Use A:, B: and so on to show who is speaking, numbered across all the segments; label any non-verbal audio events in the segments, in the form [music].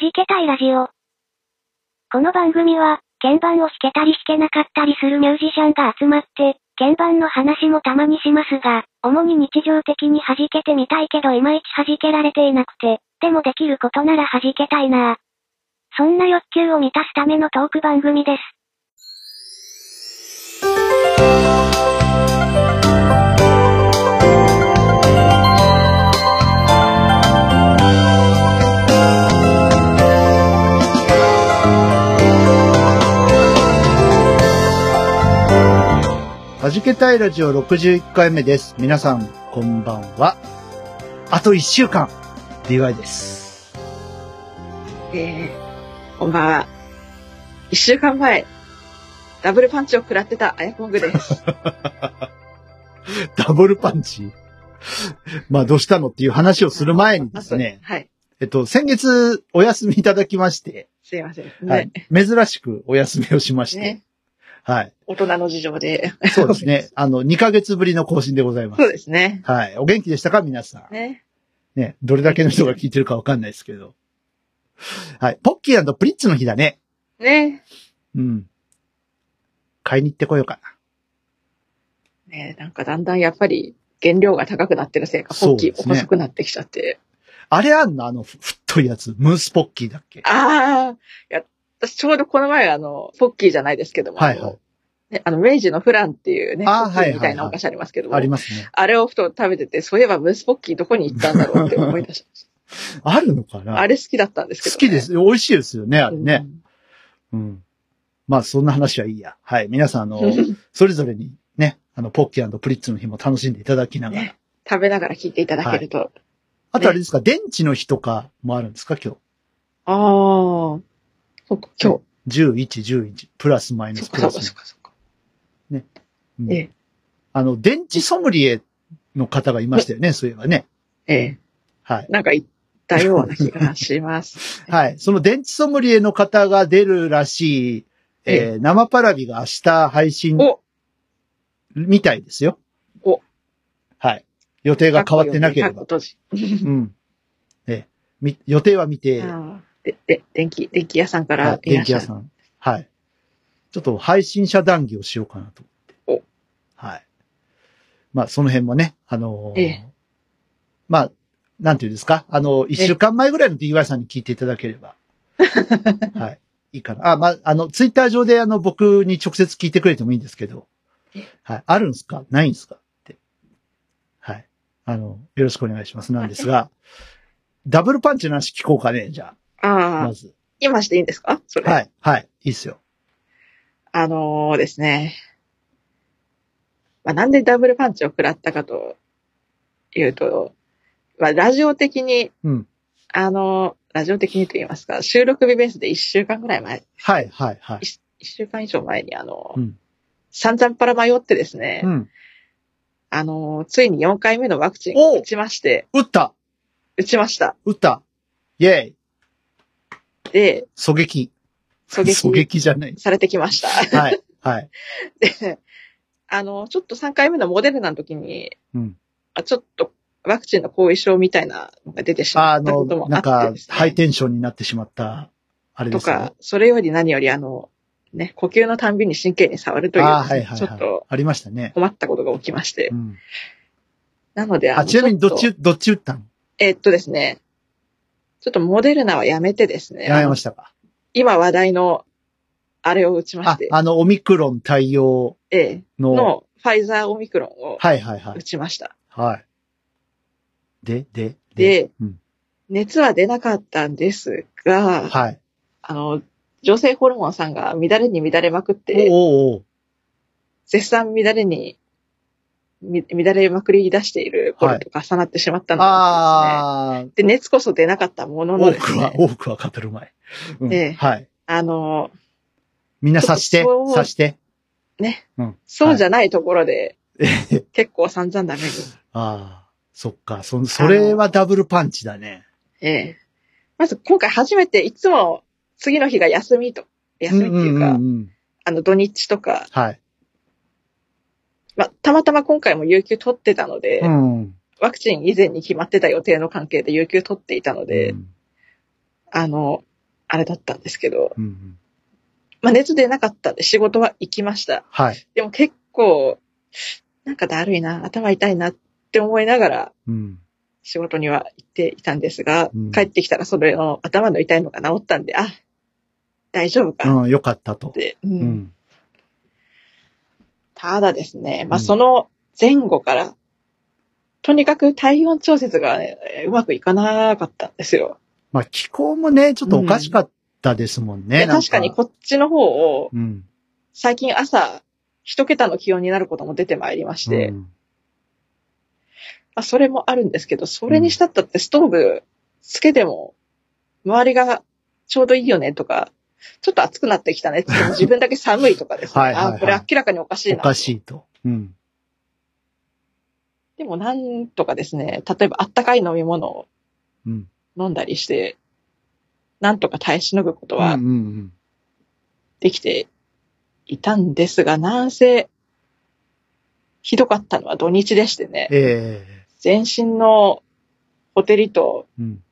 A: じけたいラジオ。この番組は、鍵盤を弾けたり弾けなかったりするミュージシャンが集まって、鍵盤の話もたまにしますが、主に日常的に弾けてみたいけどいまいち弾けられていなくて、でもできることなら弾けたいなぁ。そんな欲求を満たすためのトーク番組です。
B: はじけたいラジオ61回目です。皆さん、こんばんは。あと1週間、DY です。
C: えー、こんばんは。一週間前、ダブルパンチを食らってたアヤコ
B: [laughs]
C: ングです。
B: ダブルパンチまあ、どうしたのっていう話をする前にですね、
C: あ。はい。
B: えっと、先月お休みいただきまして、
C: すいません。ね。
B: はい、珍しくお休みをしまして、
C: ね
B: はい。
C: 大人の事情で。 [laughs]
B: [laughs] そうですね。あの、2ヶ月ぶりの更新でございま
C: そう
B: す。
C: ですね。
B: はい。お元気でしたか皆さん。
C: ね。
B: ね。どれだけの人が聞いてるかわかんないですけど。はい。ポッキープリッツの日だね。
C: ね。
B: うん。買いに行ってこようかな。
C: ねなんかだんだんやっぱり原料が高くなってるせいか、ポッキー
B: そうですね
C: 細くなってきちゃって。
B: あれあんのあの、ふ太いやつ。ムースポッキーだっけ
C: ああ、いや、私ちょうどこの前あの、ポッキーじゃないですけども、
B: はい
C: あの
B: はい。
C: ね、あの、明治のフランっていうね、ポ
B: あー
C: ッキーみた
B: はいはい
C: い
B: は
C: ないお菓子ありますけども、
B: ありますね。
C: あれをふと食べてて、そういえばムースポッキーどこに行ったんだろうって思い出しました。
B: あるのかな
C: あれ好きだったんですけ
B: 好
C: ど、ね。
B: きで。す。美味しいですよね、あれね。
C: う
B: うん。まあ、そんな話はいいや。はい。皆さん、あ
C: [laughs]
B: の、
C: ん。
B: それぞれにね、あの、ポッキープリッツの日も楽しんでいただきながら
C: ね。 [laughs] 食べながら聞いていただけると。
B: あとあれですか、電池の日とかもあるんですか今日。
C: ああ。そっか、今
B: 11、11、プラスマイ
C: 日。
B: ナ
C: そ
B: スプラ
C: っかそっかそ
B: ス
C: っ。かそっか。
B: うん
C: ええ
B: あの、電池ソムリエの方がいましたよね、そういえばね。
C: ええ。
B: はい。
C: なんか言ったような気がし
B: [laughs]
C: ます。
B: はい。その電池ソムリエの方が出るらしい、えー生パラビが明日配信
C: お
B: みたいですよ。
C: お
B: はい。予定が変わってなければ。
C: 閉じ。
B: うん。え、み予定は見て、
C: ああで、で、電気、電気屋さんか
B: は
C: ら
B: い
C: いら
B: 電
C: っ
B: 気
C: しゃ
B: 屋
C: る
B: さ。ん。はい。ちょっと配信者談義をしようかなと思って。はい。まあ、その辺もね、あのー
C: ええ
B: まあ、なんていうんですか、あのー一週間前ぐらいの DY さんに聞いていただけれ
C: [laughs]
B: ば。はい。いいかな。あ、まあ、あの、ツイッター上で、あの、僕に直接聞いてくれてもいいんですけど
C: え。
B: はい。あるんですかないんですかって。はい。あの、よろしくお願いします。なんですが、ダブルパンチの話聞こうかね、じゃあ、
C: ああ
B: ま、ず。
C: 今していいんですかそれ。
B: はい、はい、いいっすよ。
C: あのーですね。まあ、なんでダブルパンチを食らったかというと、まあ、ラジオ的に、
B: うん
C: あのーラジオ的にと言いますか、収録日ベースで1週間ぐらい前、
B: はい、はい、はい。
C: 1週間以上前に、あのー
B: うん
C: 散々パラ迷ってですね、
B: うん。
C: あのーついに4回目のワクチンを打ちまして、
B: 打った
C: 打ちました。
B: 打ったイェイ
C: で、
B: 狙撃。
C: 狙
B: 狙
C: 撃
B: 撃じゃない。
C: されてきました。
B: はい、はい。
C: で、あの、ちょっと3回目のモデルナの時に、 [laughs]
B: うん
C: あちょっとワクチンの後遺症みたいなのが出てしま
B: あ
C: った
B: の
C: ことも、あ
B: なん
C: って
B: か
C: で、す
B: ハイ
C: ね。
B: テンションになってしまった、あれで
C: と
B: すね
C: か。、それより何よりあの、ね、呼吸のたんびに神経に触るという、
B: あーはいはい
C: ちょっ
B: はい
C: と。
B: ありましたね。
C: 困ったことが起きまして
B: う。ん。
C: なので、
B: あ、
C: の
B: ちなみにどっ
C: ょ
B: ち、どっち打ったの
C: とえっとですね、ちょっとモデルナはやめてですね、
B: やめましたか
C: 今話題の、あれを打ちまし
B: あ
C: て、、
B: あの、オミクロン対応
C: ええ
B: の、
C: のファイザーオミクロンを
B: はいはいは
C: 打
B: い。
C: ちました。
B: はい。で、で、、
C: で、
B: うん
C: 熱は出なかったんですが、
B: はい。
C: あの、女性ホルモンさんが乱れに乱れまくっ
B: おー
C: て、
B: おーおー
C: 絶賛乱れに、み乱れまくり出している頃と重なってしまったのですね。
B: あー、
C: で、熱こそ出なかったものの
B: 多
C: です
B: くは、
C: ね、
B: 多くは語るまい。うん
C: ええ
B: はい。
C: あの、
B: みんな察して
C: ちょっと、そう
B: 察して。
C: ね、
B: うん。
C: そうじゃないところで、
B: えへへ
C: [laughs] 結構散々ダメに、
B: ああ、そっか。そ、それはダブルパンチだね。
C: ええまず今回初めて、いつも次の日が休みと、休みっていうか、
B: んんん
C: あの土日とか、
B: はい。
C: まあ、たまたま今回も有給取ってたので、
B: うん。
C: ワクチン以前に決まってた予定の関係で有給取っていたので、
B: うん
C: あの、あれだったんですけど、
B: うんうん。
C: まあ熱出なかったんで仕事は行きました。
B: はい。
C: でも結構、なんかだるいな、頭痛いなって思いながら
B: うん。
C: 仕事には行っていたんですが、
B: うん
C: 帰ってきたらそれの頭の痛いのが治ったんで、あ、大丈夫かっ
B: うん、よかったと。
C: て、うん
B: うん。
C: ただですね、まあ
B: うん
C: その前後から、とにかく体温調節が、ね、えーうまくいかなかったんですよ。
B: まあ、気候もね、ちょっとおかしかったですもんね。
C: で
B: なん
C: 確かにこっちの方を、
B: うん。
C: 最近朝、一桁の気温になることも出てまいりまして、
B: うん
C: まあ、それもあるんですけど、それにしたったってストーブつけても、周りがちょうどいいよねとか、ちょっと暑くなってきた
B: [laughs]
C: ねって言っても自分だけ寒いとかですね。
B: はいはいはい
C: あ、これ明らかにおかしい
B: お
C: な。
B: かしいと。うん。
C: でもなんとかですね、例えばあったかい飲み物を
B: うん。
C: 飲んだりして、なんとか耐えしのぐこと
B: うんう
C: は
B: んうん。
C: できていたんですが、なんせ、ひどかったのは土日でしてね、
B: え
C: 全身のホテリと
B: えうん。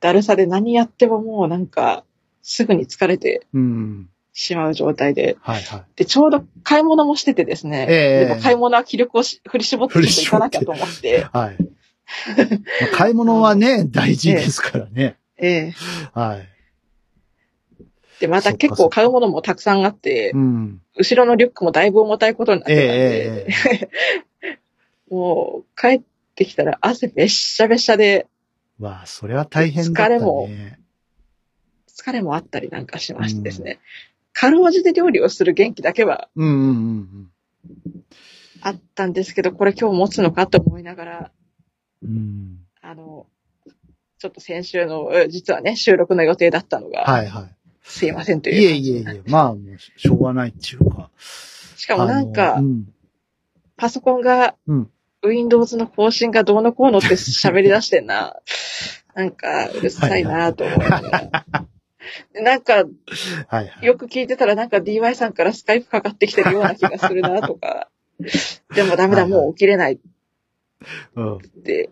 C: だるさで何やってももうなんか、すぐに疲れて
B: うん。
C: しまう状態で、
B: はいはい。
C: で、ちょうど買い物もしててですね、
B: ええ
C: でも買い物は気力をし振り絞ってちょっと行かなきゃと思って、
B: は
C: [laughs]
B: い。まあ買い物はね、大事ですからね。
C: ええ
B: はい。
C: で、また
B: そ
C: 結
B: っか
C: 構
B: そっか
C: 買うものもたくさんあって
B: う、ん。
C: 後ろのリュックもだいぶ重たいことになっ
B: ええ
C: てたん
B: え
C: で、
B: えええ
C: もう帰ってきたら汗べっしゃべしゃで
B: わあ、それは大変だったね。
C: 疲れも
B: ね。
C: 疲れもあったりなんかしましてですね。かろうじて料理をする元気だけは
B: うんうんうんうん。
C: あったんですけど、これ今日持つのかと思いながら、
B: うん。
C: あの、ちょっと先週の、え実はね、収録の予定だったのが、
B: はいは
C: すいませんと
B: い。
C: いう。
B: いえいえいえ、まあ、もうしょうがないっていうか。
C: しかもなんか
B: あのうん。
C: パソコンが、
B: うん
C: Windows の更新がどうのこうのって喋り出して
B: [laughs]
C: んな。なんか、うるさいなと思いながら。でなんか、
B: はいはい。
C: よく聞いてたらなんか DY さんからスカイプかかってきてるような気がするなとか。でもダメだ、
B: はいはい
C: もう起きれないっ
B: うん。
C: て、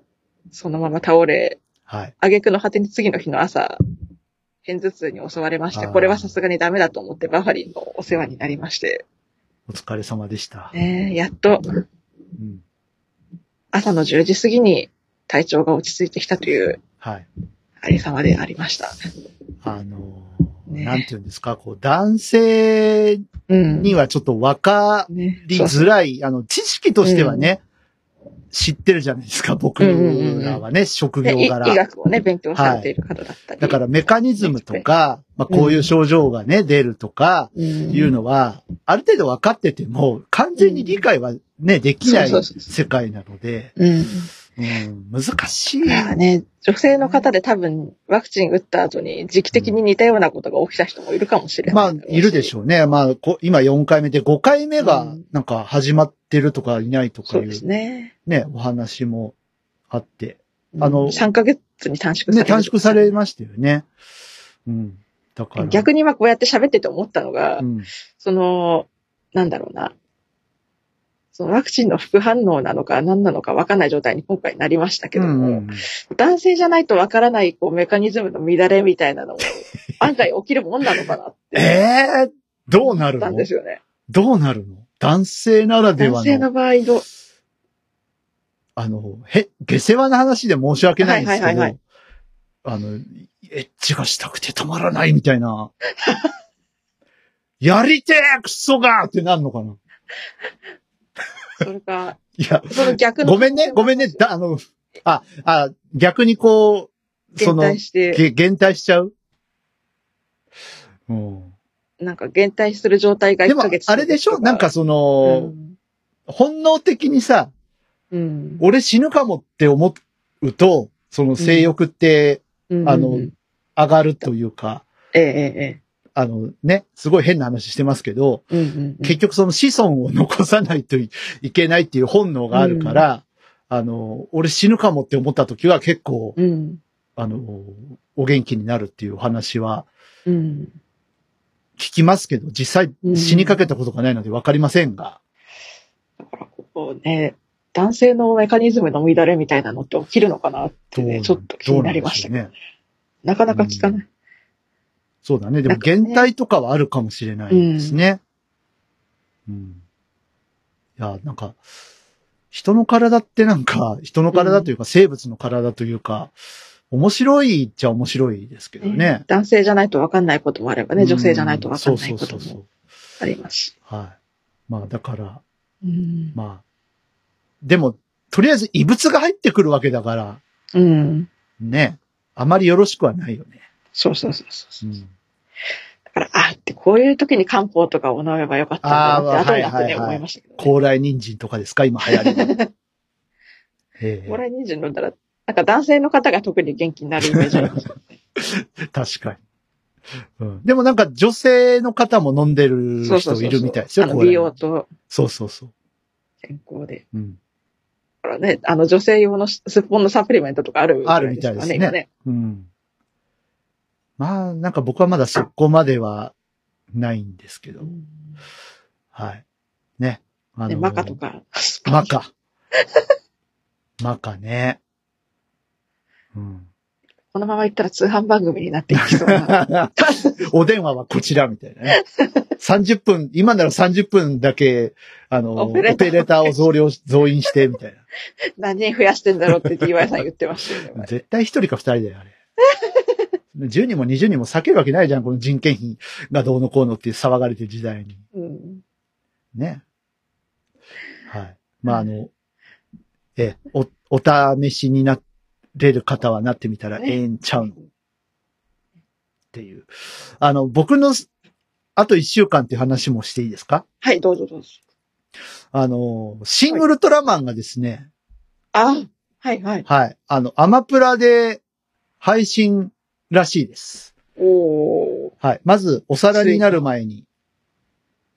C: そのまま倒れ、
B: はい。
C: 挙句の果てに次の日の朝、片頭痛に襲われまして、
B: あー
C: これはさすがにダメだと思ってバファリンのお世話になりまして、
B: お疲れ様でした。
C: ねえやっと
B: うん。
C: 朝の10時過ぎに体調が落ち着いてきたという
B: はい。
C: ありさまでありました。
B: あのー、
C: ね
B: なんていうんですか、こう、男性
C: うん。
B: にはちょっとわか
C: ね
B: り
C: そうそう
B: づらい、あの、知識としてはね、知ってるじゃないですか、僕らはね、職業
C: ねい医
B: 柄。
C: 学をね、勉強されている方だったり。
B: だからメカニズムとか、まあ
C: うん
B: こういう症状がね、出るとか、
C: うん、
B: いうのは、ある程度分かってても、完全に理解はね、できない
C: そうそうそうそう
B: 世界なので、
C: うん。
B: うん、難しい。
C: だからね、女性の方で多分、ワクチン打った後に時期的に似たようなことが起きた人もいるかもしれ
B: ま
C: な
B: あ
C: い。、
B: いるでし
C: ょ
B: ょうね。まあ、こ今4回目で5回目
C: う
B: が
C: ん、
B: なんか始まってるとかいないとか
C: そ
B: いうう
C: ですね。
B: ね、お話もあって、
C: うん
B: あの
C: 3ヶ月に短縮され
B: ね、
C: るとか
B: 短縮されましたよね。うん。だから。
C: 逆に今こうやって喋ってて思ったのが、
B: うん。
C: その、なんだろうな。そのワクチンの副反応なのか何なのか分かんない状態に今回なりましたけども、
B: うんうん
C: 男性じゃないと分からないこうメカニズムの乱れみたいなの
B: [laughs]
C: も案外起きるもんなのかなっ
B: え
C: て
B: えどうな
C: 思
B: る
C: った
B: の
C: んですよね。
B: どうなるの男性ならで
C: 男
B: は
C: 性
B: の、
C: の場合どう、
B: あの、へ、下世話な話で申し訳ないんですけど、
C: はいはいはいはい
B: あの、エッチがしたくてたまらないみたいな。 [laughs] やりてえクソがってなるのかない
C: それか、
B: や、
C: その逆の。
B: ごめんね、ごめんね、だ、あの、あ、あ、逆にこう、そ
C: 減
B: の、
C: 退して、
B: げ減退しちゃううん。
C: なんか減退する状態が
B: で
C: 1
B: も
C: ヶ、月。
B: あれでしょなんか、その、
C: ん、
B: 本能的にさ、
C: うん。
B: 俺死ぬかもって思うと、その性欲って
C: うん
B: あの
C: うん
B: 上がるというか、
C: えええ
B: あのね、すごい変な話してますけど、
C: え、ええ。うんうんうん
B: 結局その子孫を残さないといいけないっていう本能があるから、あの、俺死ぬかもって思った時は結構、
C: うん。
B: あの、お元気になるっていうお話は
C: うん。
B: 聞きますけど、実際死にかけたことがないのでわかりませんが、
C: だからここね、男性のメカニズムの乱れみたいなのって起きるのかなってね、ちょっと気になりましたけど、
B: どうなんでしょうね。
C: なかなか聞かない。
B: そうだね。でも、減退とかはあるかもしれないですね。うん。いや、なんか、人の体ってなんか、人の体というか、生物の体というか、面白いっちゃ面白いですけどね。
C: 男性じゃないと分かんないこともあれば
B: う
C: ね、
B: ん
C: 女性じゃないと分かんない
B: そうそ
C: こと
B: うそうそ
C: も
B: う。
C: ありますし。
B: はい。まあ、だから、
C: うん。
B: まあ、でも、とりあえず異物が入ってくるわけだから、
C: うん。
B: ね、あまりよろしくはないよね。
C: そうそうそうそうう。
B: ん。
C: だから、あって、こういう時に漢方とかを飲めばよかったんだなって、後になってね、
B: あーはいはいはい
C: 思いましたけど、ね。
B: 高麗人参とかですか今流行りの。
C: [laughs]
B: え
C: 高麗人参飲んだら、なんか男性の方が特に元気になるイメージあります。
B: え確かに。うん。でもなんか女性の方も飲んでる
C: そうそ
B: 人
C: うそうそう。
B: いるみたいですよ、
C: あの
B: 高麗
C: 美容と
B: そうそうそう。
C: 健康で。
B: うん。
C: だからね、あの女性用のすすっぽんのサプリメントとかある、
B: あるみたいですね
C: 今ね。
B: うん。まあ、なんか僕はまだそこまではないんですけど。はい。ね。あ
C: ねマカとか。
B: マ。カ。 [laughs] マカね。
C: [laughs]
B: うん。
C: このまま行ったら通販番組になっていきそうな。 [laughs]
B: お電話はこちらみたいなね。30分、今なら30分だけ、あの、オ
C: オ
B: ペ
C: ペレーター
B: レーターを増量し、増員して、みたい
C: 何人増やしてんだろうって DY さん言ってましたよ
B: な。
C: ね。
B: 絶対一人か二人だよ、あれ。10人も20人も [laughs] 避けるわけないじゃん、この人件費がどうのこうのって騒がれてる時代に。
C: うん。
B: ね。はい。まあ、あの、え、お、お試しになれる方はなってみたらえ
C: ね
B: えんちゃうのっていう。あの、僕の、あと一週間っていう話もしていいですか
C: はい、どうぞどうぞ。
B: あの、シン・ウルトラマンがですね、
C: あ、はいはい。
B: はい、あの、アマプラで配信らしいです。
C: おー。
B: はい。まず、おさらいになる前に、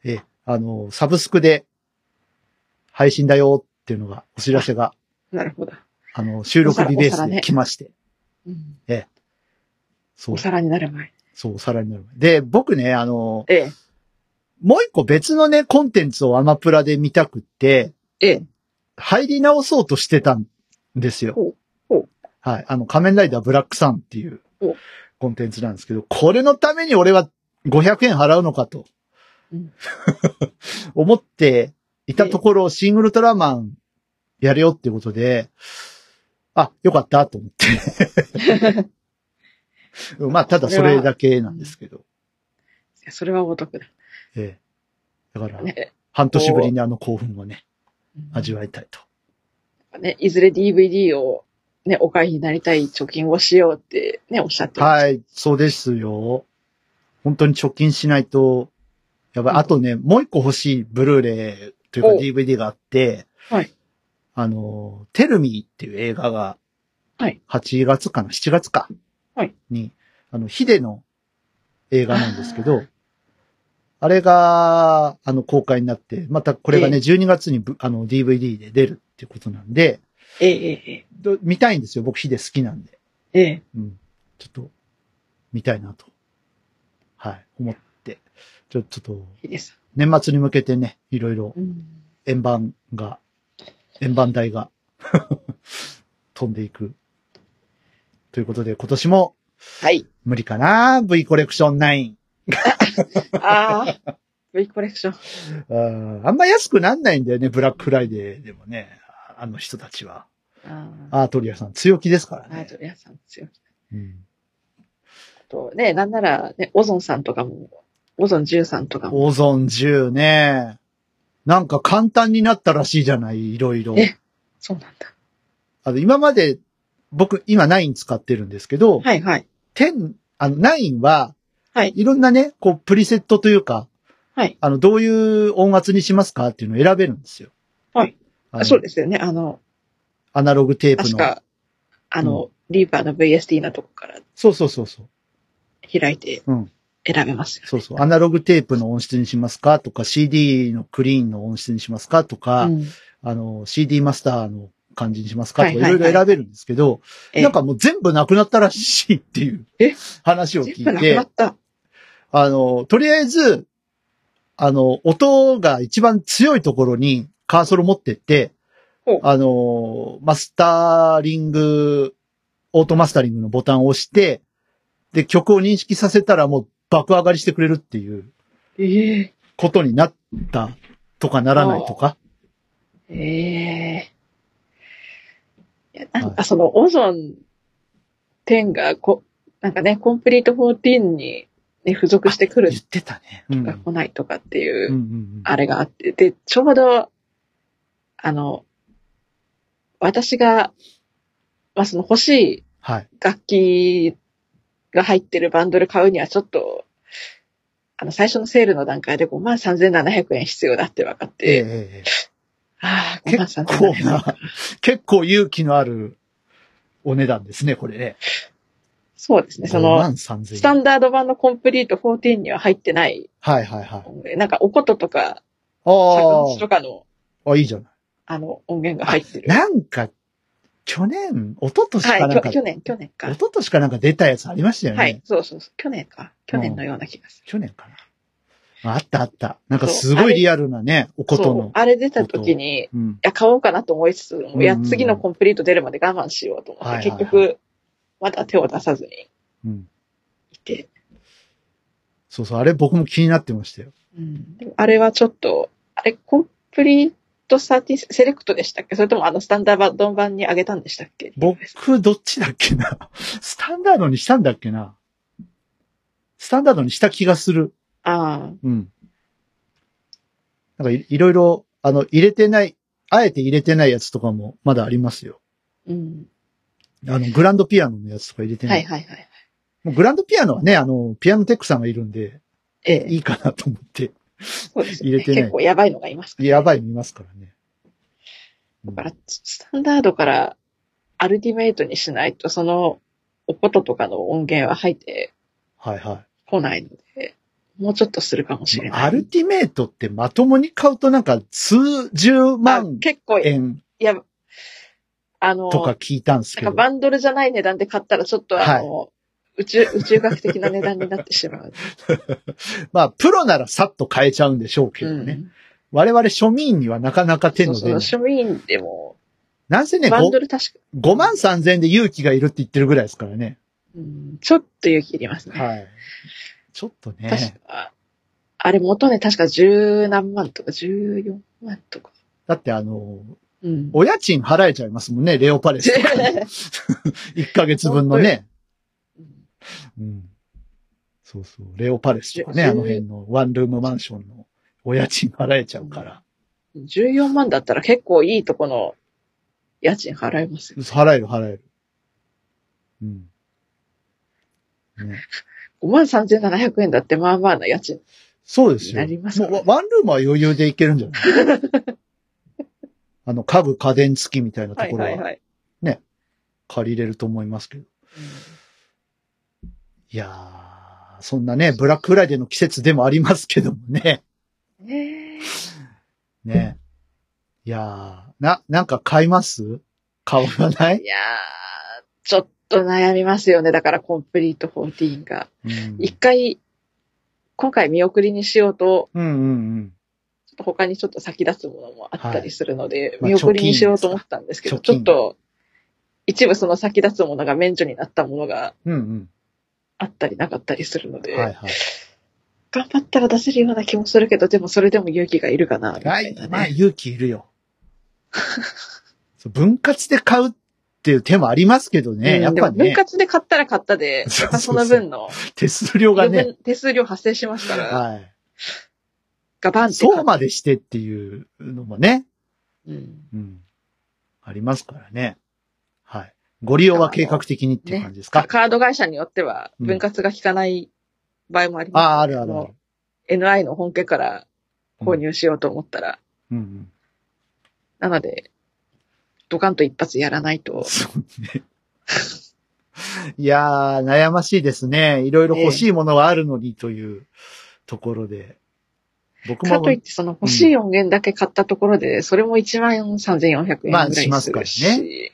B: え、あの、サブスクで配信だよっていうのが、お知らせが、
C: なるほど。
B: あの、収録日ベー
C: おさ
B: ス
C: らね
B: で来まして。
C: うん
B: そう
C: お、皿になる前。
B: そう、おさらいになる前。で、僕ね、あの、
C: ええ、
B: もう一個別のね、コンテンツをアマプラで見たくって、
C: ええ。
B: 入り直そうとしてたんですよ
C: ほうほう。
B: はい。あの、仮面ライダーブラックさんっていう
C: ほう
B: コンテンツなんですけど、これのために俺は500円払うのかと、
C: うん
B: [laughs] 思っていたところ、シングルトラマンやるよっていうことで、あ、よかったと思
C: [laughs]
B: って。まあ、ただそれだけなんですけど。
C: それはお得だ
B: ええ。だから、
C: ね。
B: 半年ぶりにあの興奮をね、味
C: わ
B: わいたいと。
C: ね、いずれ DVD をね、お買いになりたい貯金をしようってね、おっしゃってました。
B: はい、そうですよ。本当に貯金しないと、やばい。
C: うん
B: あとね、もう一個欲しいブルーレイというか
C: お
B: DVD があって、
C: はい
B: あの、テルミーっていう映画が、
C: はい
B: 8月かな、7月か。
C: はい
B: に、あの、ヒデの映画なんですけど、あれが、あの、公開になって、またこれがね、
C: え
B: 12月にぶあの DVD で出るってことなんで、
C: ええ、ええ、
B: ど見たいんですよ。僕ヒデ好きなんで。
C: ええ。
B: うん。ちょっと、見たいなと。はい。思って。ちょ、ちょっと、
C: いいです。
B: 年末に向けてね、いろいろ
C: うん。
B: 円盤が、円盤台が [laughs] 飛んでいく。ということで、今年も
C: はい。
B: 無理かな ?V コレクション9。
C: ああ、V コレクション。
B: あーあんま安くなんないんだよね、ブラックフライデーでもね。あの人たちは。
C: ああ。
B: アートリアさん強気ですから
C: アー
B: ね。
C: トリアさん強い。
B: うん、
C: あとね、なんなら、ね、オゾンさんとかも、オゾン10さんとかも、
B: オゾン10ね。なんか簡単になったらしいじゃない、いろいろ。
C: えそうなんだ。
B: あの、今まで、僕、今9使ってるんですけど、
C: はいはい。
B: 10、あの、9は、
C: はい
B: いろんなね、こう、プリセットというか、
C: はい
B: あの、どういう音圧にしますかっていうのを選べるんですよ。
C: はい
B: あの。
C: そうですよね。あの、
B: アナログテープ
C: 確
B: の。
C: か、あの、リーパーの VST のとこから
B: そうそうそうそう。
C: 開いて
B: うん、
C: 選べますよ、
B: そうそう。アナログテープの音質にしますかとか、CD のクリーンの音質にしますかとか、
C: うん
B: あの、CD マスターの感じにしますかとか、
C: はい
B: い
C: はい
B: ろ
C: はい
B: いろ選べるんですけど、
C: ええ
B: なんかもう全部なくなったらしいっていう
C: え
B: 話を聞
C: 全部
B: い
C: なく
B: て
C: な、った。
B: あの、とりあえず、あの、音が一番強いところにカーソル持ってって
C: ほう、
B: あの、マスタリング、オートマスタリングのボタンを押して、で、曲を認識させたらもう爆上がりしてくれるっていう
C: ええ
B: ことになったとかならないとか。
C: ええいや、なんかその、オゾン10がこ、なんかね、コンプリート14に、ね、付属してくる
B: 言ってたね。うん。う
C: とか
B: ん
C: 来ないとかっていう
B: うんう、ん。
C: あれがあって、で、ちょうど、あの、私が、まあ、その欲しい
B: はい。
C: 楽器が入ってるバンドル買うにはちょっと、あの、最初のセールの段階で5万3700円必要だって分かっ
B: ええ
C: て、
B: ええ
C: ああ、
B: ええ
C: 5万
B: 結構
C: 3700円。
B: な、結構勇気のあるお値段ですね、これね。
C: そうですね、そ
B: 5
C: の、
B: 万3000円
C: スタンダード版のコンプリート14には入ってない、
B: はいはいはい。
C: なんか、おこととか、坂
B: あ
C: 道とかの、
B: あ、あ、いいじゃない。
C: あの、音源が入ってる。
B: なんか、去年、一昨年
C: は
B: かなん
C: い、き
B: か、
C: ょ去年、去年
B: 一
C: か。
B: 昨年かなんか出たやつありましたよね。
C: はい、そうそうそう、去年か。去年のような気がする。
B: 去年かな。ああったあった。なんかすごいリアルなね、おこと
C: そう
B: の。
C: あれ出た時に、い
B: うん。
C: や、買おうかなと思いつつも、いや、
B: うんうん
C: 次のコンプリート出るまで我慢しようと思って、
B: はいはいはい
C: 結局、まだ手を出さずに
B: うん。
C: いて、
B: そうそう、あれ僕も気になってましたよ。
C: うんでもあれはちょっと、あれ、コンプリート13セレクトでしたっけそれともあのスタンダード版に上げたんでしたっけ
B: 僕、どっちだっけな。スタンダードにしたんだっけな。スタンダードにした気がする。
C: ああ、
B: うん。なんかいいろいろ、あの、入れてない、あえて入れてないやつとかもまだありますよ。
C: うん。
B: あの、グランドピアノのやつとか入れてな。
C: はいいはいはい。
B: もうグランドピアノはね、あの、ピアノテックさんがいるんで、
C: ええ、
B: いいかなと思って、
C: そうです
B: 入
C: よね
B: れてない
C: 結構やばいのがいますから、
B: やば
C: い。
B: い見ますからね。うん
C: だから、スタンダードからアルティメイトにしないと、その、おこととかの音源は入って
B: はいは
C: 来ないので、もうちょっとするかもし
B: い
C: れ。ない。
B: アルティメイトってまともに買うとなんか数十
C: まあ
B: 万
C: 結構、い
B: 円
C: や、あの、
B: とか聞いたんです
C: な
B: け
C: ん
B: ど
C: か。バンドルじゃない値段で買ったらちょっとあの、宇宙、宇宙学的な値段になってしまう。
B: まあ、プロならさっと買えちゃうんでしょうけどね。
C: うん
B: 我々庶民にはなかなか手
C: そ
B: の
C: う
B: 出
C: そう、
B: ない。
C: 庶民でも、
B: なんせね、
C: バンド
B: 5,
C: ル確か、
B: 万3000円で勇気がいるって言ってるぐらいですからね。
C: うん、ちょっと勇気いりますね。
B: はい。ちょっとね
C: 確。か、あれ元ね、確か十何万とか十四万とか。
B: だってあの、
C: [laughs] うん。
B: お家賃払えちゃいますもんね、レオパレスとか。1ヶ月分のね。うん。そうそう。レオパレスとかね、
C: え
B: あの辺のワンルームマンションのお家賃払えちゃうから。
C: 14万だったら結構いいとこの家賃払えますよ。
B: 払える払える。うん。ね、
C: 5万3700円だってまあまあな家賃。
B: そうですよ。
C: なりますかね
B: もうワワンルームは余裕でいけるんじゃない
C: [laughs]
B: あの、家具家電付きみたいなと
C: はい
B: ころ
C: はいは。
B: はい借りれると思いますけど。いやー、そんなね、ブラックフライデーの季節でもありますけどもね。
C: うんねえ
B: ね。いやー、な、なんか買います買わない
C: い、やー、ちょっと悩みますよね。だからコンプリート14が。
B: うん、
C: 一回、今回見送りにしようと、
B: うんうんうん。
C: ちょっと他にちょっと先立つものもあったりするので、
B: はい
C: 見送りにしようと思ったんですけど、
B: まあ貯
C: ち
B: 金
C: ょっと、一部その先立つものが免除になったものが
B: うん
C: あったりなかったりするの
B: う
C: で、
B: ん。はいはい。
C: 頑張ったら出せるような気もするけど、でもそれでも勇気がいるかな、み
B: は
C: たい
B: い
C: な、ね。
B: まあ勇気いるよ。そう分割で買うっていう手もありますけどね。
C: うん
B: やっぱ
C: でも分
B: ね、
C: 割で買ったら買った
B: [laughs]
C: で、
B: そう
C: まあ
B: そ
C: そ
B: そ
C: う
B: う
C: の分の、
B: 手数料が
C: 余
B: ね、
C: 分手数料発生しますから、
B: はい。
C: ガバンって買っ
B: そうまでしてっていうのもね、
C: うん
B: うん。ありますからね。はい。ご利用は計画的にっていう感じですか、
C: カカード会社によっては
B: うん
C: 分割が効かない場合もあります、
B: ああ、あるあるある。
C: NI の本家から購入しようと思ったら、
B: うんうん。
C: なので、ドカンと一発やらないと。
B: そうね。いやー、悩ましいですね。いろいろ欲しいものはあるのにというところで。僕
C: か
B: も
C: といって、その欲しい音源だけ買ったところで、それも1万3400円ぐ
B: まあ
C: らい
B: しますす
C: る
B: から
C: し、
B: ね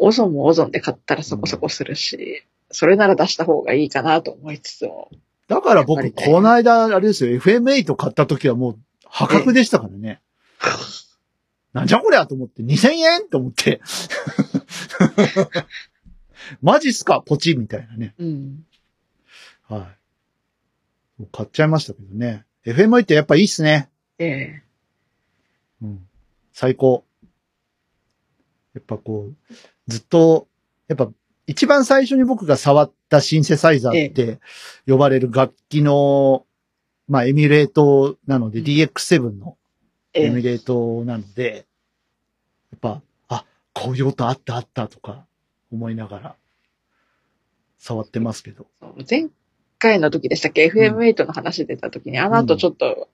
C: オゾンもオゾンで買ったらそこそこするし、それなら出した方がいいかなと思いつつも、
B: だから
C: や
B: 僕、
C: っぱりね
B: この間、あれですよ、FM8 買った時はもう破格でしたからね。なんじゃこりゃと思って、2000円と思
C: [laughs]
B: って。マジっすかポチみたいなね。
C: うん。
B: は買っちゃいましたけどね。FMI ってやっぱいいっすね。
C: ええ
B: うん。最高。やっぱこう、ずっと、やっぱ一番最初に僕が触ったシンセサイザーって呼ばれる楽器の、まあエミュレートなので、
C: うん
B: DX7 の
C: え
B: エミュ
C: え
B: レートなので、やっぱ、あ、こういう音あったあったとか思いながら触ってますけど。
C: 前回の時でしたっけ、?FM8 の話出た時に、あの後ちょっと、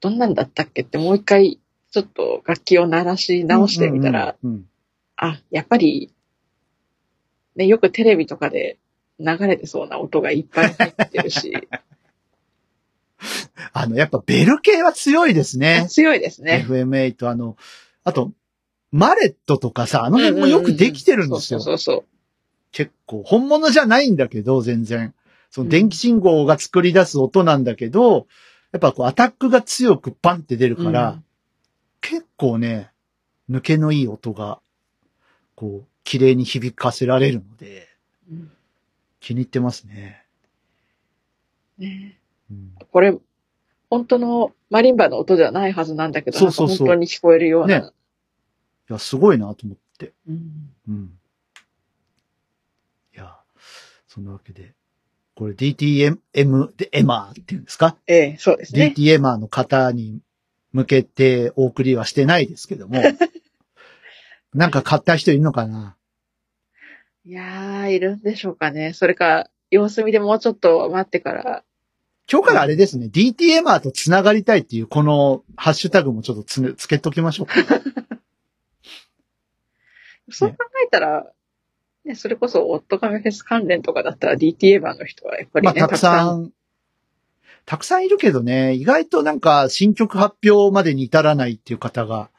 C: どんなんだったっけってもう一回、ちょっと楽器を鳴らし直してみたら、
B: うんうんうん、うん
C: あ、やっぱり、ね、よくテレビとかで流れてそうな音がいっぱい入ってるし、
B: あの、やっぱベル系は強いです [laughs] ね。
C: 強いですね。
B: FM8、あの、あと、マレットとかさ、あの辺もよくできてるんですよ。
C: そうそうそう
B: 結構、本物じゃないんだけど、全然。その電気信号が作り出す音なんだけど、やっぱこうアタックが強くバンって出る
C: そう。
B: から、
C: うん
B: 結構ね、抜けのいい音が、こう、綺麗に響かせられるので、
C: うん
B: 気に入ってますね。
C: ね
B: うん
C: これ、本当のマリンバの音じゃないはずなんだけど、
B: そうそうそう
C: なんか本当に聞こえるような。
B: ねいや、すごいなと思って。
C: うん
B: うん。いや、そんなわけで、これ DTM、M、で、エマーって言うんですか、
C: ええ、そうですね。
B: ?DT エマーの方に向けてお送りはしてないですけども、なんか買った人いるのかない
C: やー、いるんでしょうかね。それか、様子見でもうちょっと待ってから、
B: 今日からあれですね、DT エマーと繋がりたいっていう、このハッシュタグもちょっとつね、つけときましょうか。
C: そう考えたら、ね、それこそ、オットカメフェス関連とかだったら DTA 版の人はやっぱり
B: ま
C: ね、
B: あ、たくさん、たくさんいるけどね、意外となんか新曲発表までに至らないっていう方が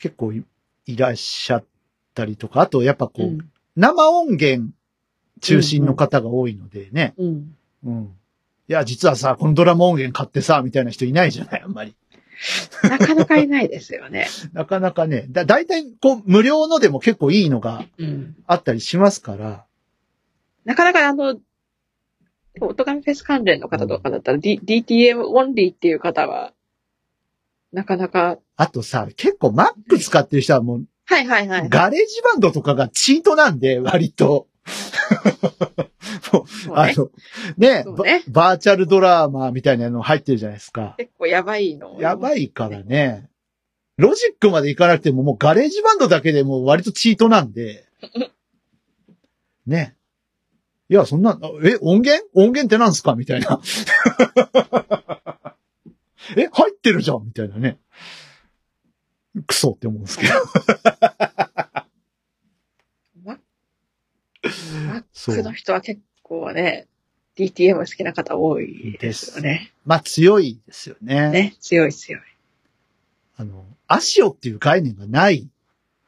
B: 結構いいらっしゃったりとか、あとやっぱこう、
C: うん
B: 生音源中心の方が多いのでね、
C: うん。
B: うんいや、実はさ、このドラム音源買ってさ、みたいな人いないじゃない、あんまり。
C: なかなかいないですよね。
B: なかなかね、だ、大体こう、無料のでも結構いいのが
C: うん。
B: あったりしますから、
C: なかなかあの、でもオトガメフェス関連の方とかだったら、D、DTM オンリーっていう方は、なかなか、
B: あとさ、結構 Mac 使ってる人はもう
C: はいはいはい。
B: ガレージバンドとかがチートなんで、割と。もう
C: そう
B: あ
C: ね
B: の、ね
C: そうね
B: ババーチャルドラマーみたいなの入ってるじゃないですか。
C: 結構やばいの。
B: やばいからね。ロジックまでいかなくても、もうガレージバンドだけでもう割とチートなん
C: [laughs]
B: で。ね。いや、そんな、あえ、音源音源ってなんすかみたいな。 [laughs] え、入ってるじゃんみたいなね。クソって思うんですけど。
C: [laughs] マ
B: そ
C: ックの人は結構ね、DTM 好きな方多いですよね。
B: まあ強いですよね。
C: ね、強い強い。
B: あの、アシオっていう概念がない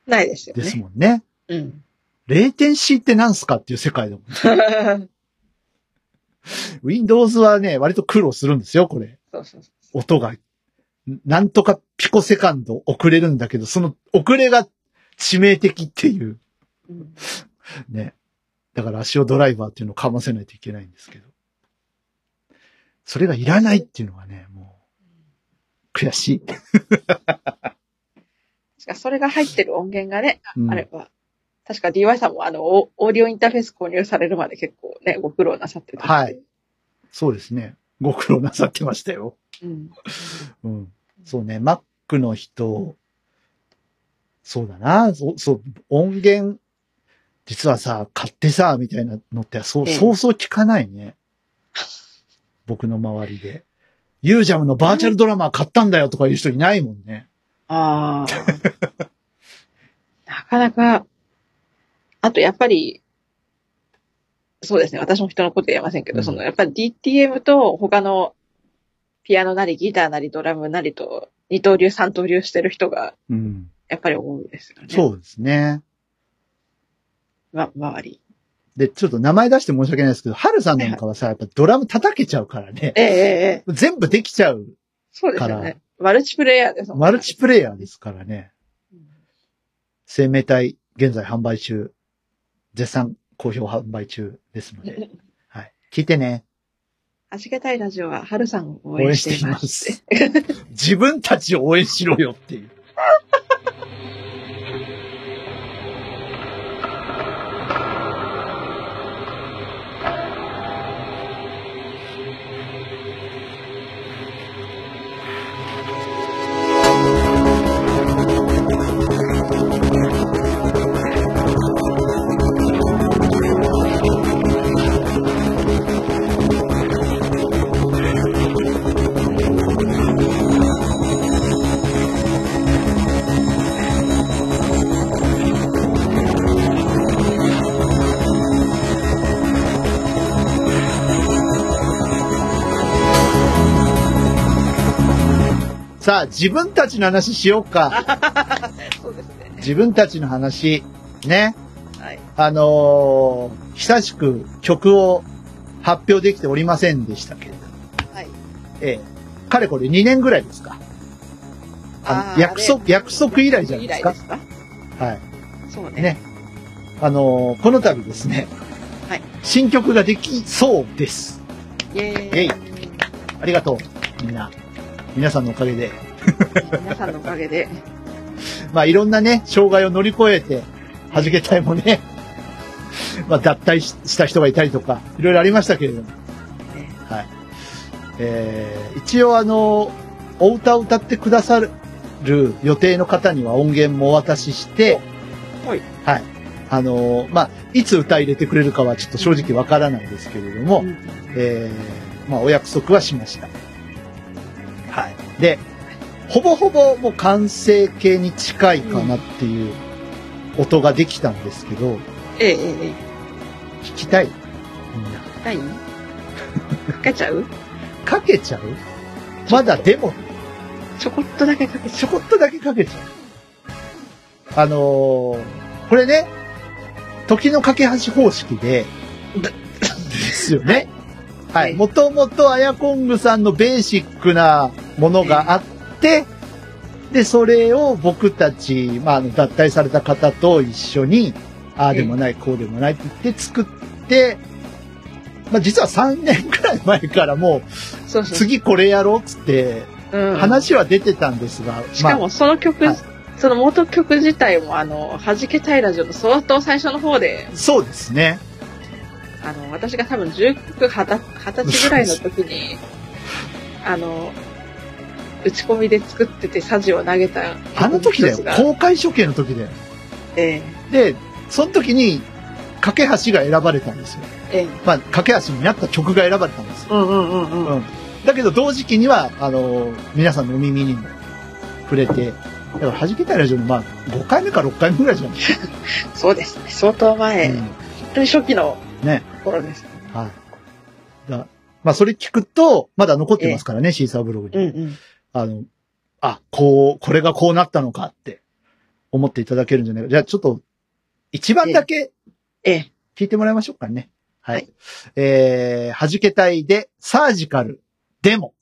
C: ないですよ
B: です
C: ね。
B: もんね。
C: うん。 [laughs]
B: レーテンシーって何すかっていう世界だもん。Windows はね、割と苦労するんですよ、これ。
C: そうそうそ
B: 音が。なんとかピコセカンド遅れるんだけど、その遅れが致命的っていう。
C: う。うん
B: ね。だから足をドライバーっていうのをかませないといけないんですけど。それがいらないっていうのがね、もう、悔しい。
C: 確かそれが入ってる音源がね、あ
B: うん
C: あれば、確か DY さんもあの、オオーディオインターフェース購入されるまで結構ね、ご苦労なさってた。
B: はい。そうですね。ご苦労なさってましたよ。
C: うん。
B: うん。そうね、Mac の人、そうだな、そそう、音源、実はさ、買ってさ、みたいなのって、そう、
C: ええ
B: そうそう聞かないね。僕の周りで。ユージャムのバーチャルドラマー買ったんだよとかいう人いないもんね。
C: ああ。なかなか、あとやっぱり、そうですね、私も人のこと言えませんけど、
B: うん
C: その、やっぱり DTM と他のピアノなりギターなりドラムなりと、二刀流三刀流してる人が、
B: うん。
C: やっぱり多いですよね。
B: そうですね。
C: う。ま、周り。
B: で、ちょっと名前出して申し訳ないですけど、ハルさんなんかはさ、やっぱドラム叩けちゃうからね。
C: ええええええ
B: 全部できちゃう。
C: そうですよ
B: から
C: ね。マルチプレイヤーですもんね
B: マルチプレイヤーですからね。
C: うん
B: 生命体、現在販売
C: [laughs]
B: 中、絶賛好評販売中ですので、はい。聞いてね。
C: 味気たいラジオは、はるさんを応
B: 応援
C: 援し
B: してて
C: い
B: い
C: ま。
B: ますす。自分たちを応援しろよっていう。さあ、自分たちの話しよう
C: [laughs]
B: か。
C: そうですね。
B: 自分たちの話。ね。
C: はい。
B: あのー久しく曲を発表できておりませんでしたけれど。
C: はい。
B: ええ。かれこれ2年ぐらいですか。あの
C: ー
B: 約束
C: あれ
B: 約束以来じゃないですか
C: 約束以来
B: はい。
C: ですかそうね。
B: ね。あのーこの度ですね。
C: はい
B: 新曲ができそうです。
C: イェーイ。
B: イありがとう。みんな。皆さんのおかげで。
C: 皆さんのおかげで。
B: [laughs] まあいろんなね、障害を乗り越えて、弾けたいもね、 [laughs] まあ脱退しした人がいたりとか、いろいろありましたけれども。はい。えー、一応あの、お歌を歌ってくださる予定の方には音源もお渡しして、
C: はい。
B: はい。あのーまあ、いつ歌入れてくれるかはちょっと正直わからないですけれども、
C: うん
B: えーまあ、お約束はしました。はい。で、ほぼほぼもう完成形に近いかなっていう音ができたんですけど、
C: ええええええ。
B: 聞きたいみんな。
C: 何かけちゃう
B: かけちゃうまだでも、
C: ちょこっとだけかけち
B: ちょこっとだけかけちゃう。あのーこれね、時の架け橋方式で、ですよね。は
C: はい
B: い。もともと、アヤコングさんのベーシックなものがあって、で、それを僕たち、まあ、あの脱退された方と一緒に、ああでもない、こうでもないって言って作って、まあ、実は3年くらい前からも
C: ゃう。そう
B: う、
C: そう。
B: 次これやろうっつって、
C: うん、
B: 話は出てたんですが、
C: しか
B: まあ、
C: もその曲、
B: はい
C: その元曲自体もあの、弾けたいラジオの相当最初の方で、
B: そうですね。
C: あの、私が多分19、20 20歳ぐらいの時
B: [laughs]
C: に、あの、打ち込みで作っててサジを投げた。
B: あの時だよ。公開処刑の時だよ。
C: ええ
B: で、その時に、架け橋が選ばれたんですよ。
C: ええ
B: まあ、架け橋になった曲が選ばれたんですよ。
C: うんうんうんうん。
B: だけど、同時期には、あの、皆さんのお耳にも触れて、だから、弾けたいラジオも、まあ、5回目か6回目ぐらいじゃないですか。
C: そうですね。相当前、
B: うん
C: 本当に初期の
B: ね。
C: 頃です。
B: はい。だまあ、それ聞くと、まだ残ってますからね、シーサーブログに。
C: うんうん。
B: あの、あ、こう、これがこうなったのかって思っていただけるんじゃないか。じゃあちょっと、一番だけ
C: ええ。
B: 聞いてもらいましょうかね。はい。
C: はい
B: えー、弾けたいで、サージカル、デモ。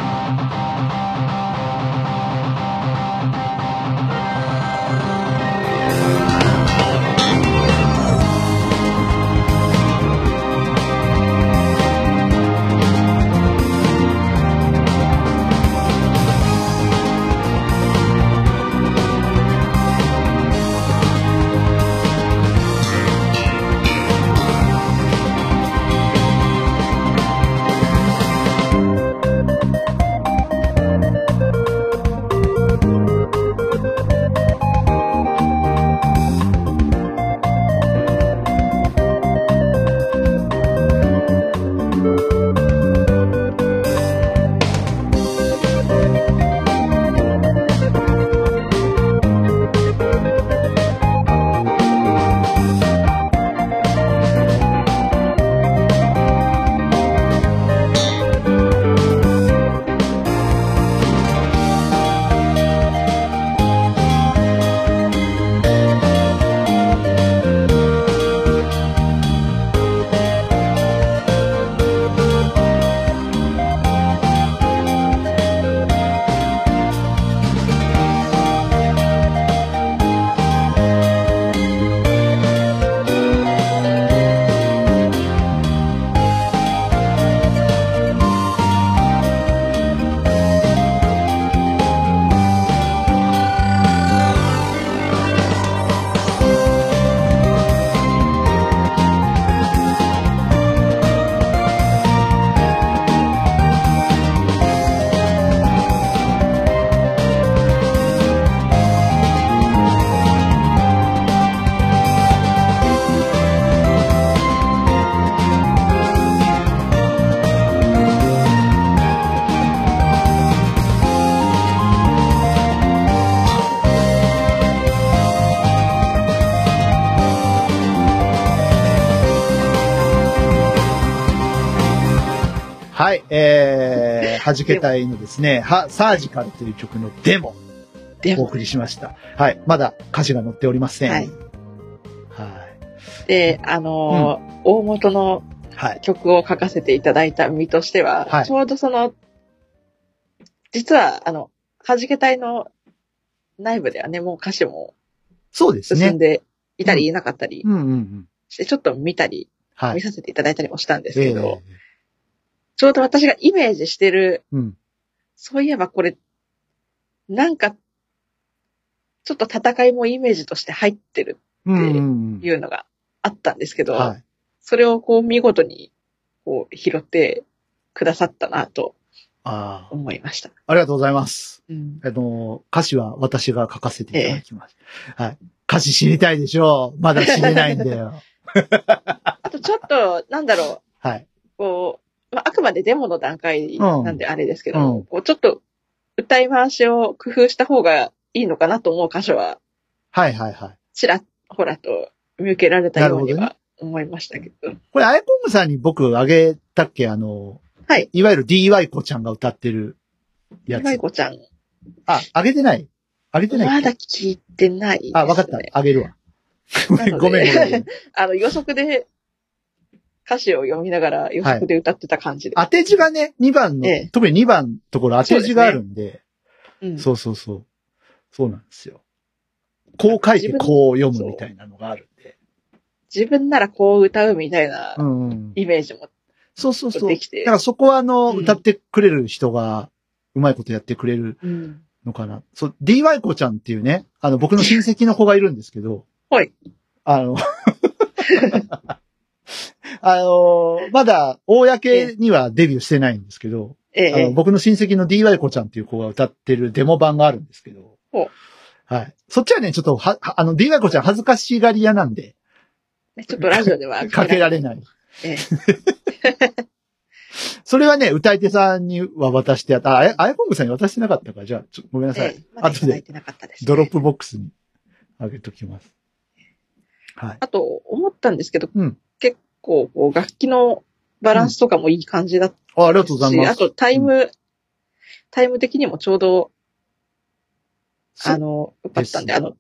B: はい、
C: [laughs]
B: えー、弾けたいのですね、は、サージカルという曲のデモ、
C: で
B: お
C: も、
B: 送りしました。はい、まだ歌詞が載っておりません。
C: は
B: はいい。
C: で、あのー大元の
B: はい。
C: 曲を書かせていただいた身としては、
B: はい
C: ちょうどその、実は、あの、弾け隊の内部ではね、もう歌詞も
B: そうです
C: 進ん
B: ね。
C: でいたりいなかったり
B: うんうんうん。
C: して、ちょっと見たり、
B: は
C: 見
B: い。
C: させていただいたりもしたんです
B: え
C: け
B: え
C: ど、ちょうど私がイメージしてる、
B: うん。
C: そういえばこれ、なんか、ちょっと戦いもイメージとして入ってる
B: うんうん
C: いうのがあったんですけ
B: うん。
C: ど、
B: はい。
C: それをこう見事にこう拾ってくださったなと
B: ああ、
C: 思いました。
B: ありがとうございます。
C: うん、
B: あの、歌詞は私が書かせていただきました。はい。歌詞知りたいでしょうまだ知れないんだ
C: [laughs]
B: よ。
C: あとちょっと、なんだろ
B: はい。
C: う、こう、まあ、あくまでデモの段階なんであれですけど、
B: うん
C: こうちょっと歌い回しを工夫した方がいいのかなと思う箇所は、
B: はいはいはい。
C: ちらほらと見受けられたように
B: なる
C: は思いましたけど。
B: これ、アイコングさんに僕あげたっけあの、
C: はい。
B: いわゆる DY 子ちゃんが歌ってるや
C: まい
B: つ。
C: こちゃん、
B: あ、あげてないあげてない
C: ま
B: っけ
C: だ聞いてないです、ね。
B: あ、わかった。あげる
C: [laughs]
B: わ。ごめん、ごめん、ごめん。
C: あの、予測で、歌詞を読みながら予測で歌ってた感じで。
B: 当て字がね、2番の、
C: ええ
B: 特に2番のところ当て字があるんで、
C: うん
B: そうそうそう。そうなんですよ。こう書いてこう読むみたいなのがあるんで。
C: 自分ならこう歌うみたいな
B: うんうん。
C: イメージも。
B: そうそうそう。
C: で
B: だ
C: きて
B: からそこはあの、
C: うん
B: 歌ってくれる人が、うまいことやってくれる
C: うん
B: のかな。そう、DY 子ちゃんっていうね、あの、僕の親戚の子がいるんですけど。
C: はい。
B: あの、 [laughs] あの、まだ、公にはデビューしてないんですけど、
C: え
B: あの
C: え。
B: 僕の親戚の DY 子ちゃんっていう子が歌ってるデモ版があるんですけど
C: ほう。
B: はい。そっちはね、ちょっとは、はあの、DY 子ちゃん恥ずかしがり屋なんで、
C: ねちょっとラジオで
B: [laughs]
C: は
B: かけられない。
C: ええ
B: [laughs] それはね、歌い手さんには渡してやった。あ、あやあやこんぐさんに渡してなかったから、じゃあ、ちょごめんなさい。
C: ええまだい
B: 後
C: ただい
B: で、
C: てなかったですね、
B: ドロップボックスにあげときます。はい。
C: あと、思ったんですけど、
B: うん
C: 結構、こう楽器のバランスとかもいい感じだったし、
B: あありがとうございます。
C: あと、タイム、タイム的にもちょうど、
B: そう
C: あの、よかったんで、
B: です
C: あの、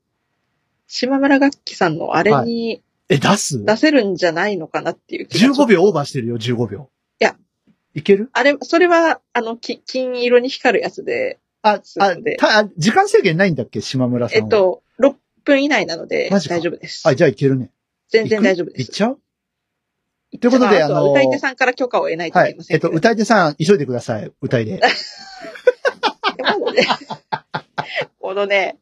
C: 島村楽器さんのあれに
B: え、出す
C: 出せるんじゃないのかなっていう気がちょっと
B: ?15 秒オーバーしてるよ、15秒。
C: いや。
B: いける
C: あれ、それは、あの、き金色に光るやつで、
B: あ、
C: そう
B: あ
C: で、
B: た、あ時間制限ないんだっけ島村さん
C: え
B: は。
C: っ。と、6分以内なので、
B: マジか
C: 大丈夫です。
B: あ、じゃあいけるね。
C: 全然大丈夫で
B: いっ
C: す。
B: ちゃうということで、あ
C: は
B: の、
C: 歌い手さんから許可を得ないと
B: はい
C: け
B: い
C: ま。せ
B: え
C: ん。
B: っと、、歌い手さん、急いでください。歌い
C: [laughs]
B: で。 [laughs]
C: このね、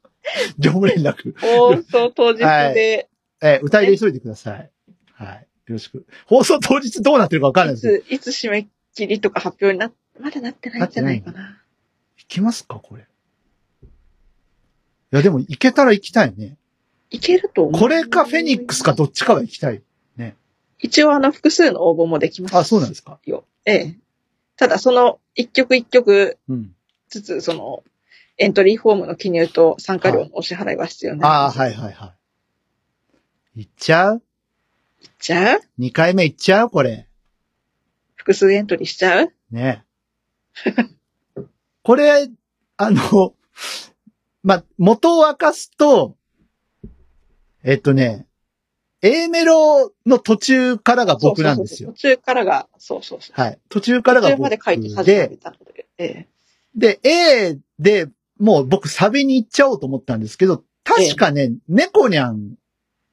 B: 業務連絡。
C: 放送当日で、
B: えー歌いで急いでください。はい。よろしく。放送当日どうなってるかわかんない
C: い、
B: ですけど。
C: つ、いつ締め切りとか発表になっ、まだなってないんじゃないかな。
B: 行きますか、これ。いや、でも行けたら行きたいね。
C: いけると思う。
B: これかフェニックスかどっちかは行きたい。
C: 一応、あの、複数の応募もできます。
B: あ、そうなんですか。
C: よ。ええ。ただ、その、一曲一曲
B: うん。
C: ずつ、その、エントリーフォームの記入と参加料のお支払いは必要になり
B: あ
C: ま
B: あ、
C: す。
B: はいはいはい。行っちゃう
C: じゃあ、
B: ?2 回目行っちゃうこれ。
C: 複数エントリーしちゃう
B: ね。 [laughs] これ、あの、ま、元を明かすと、えっとね、A メロの途中からが僕なんですよ
C: そう。そうそう途中からが、そうそうそう。
B: はい。途中から
C: 途
B: が
C: 中
B: 僕
C: まで書いて始め
B: で、
C: たので。ええ。
B: で、A で、もう僕サビに行っちゃおうと思ったんですけど、確かね、猫にゃん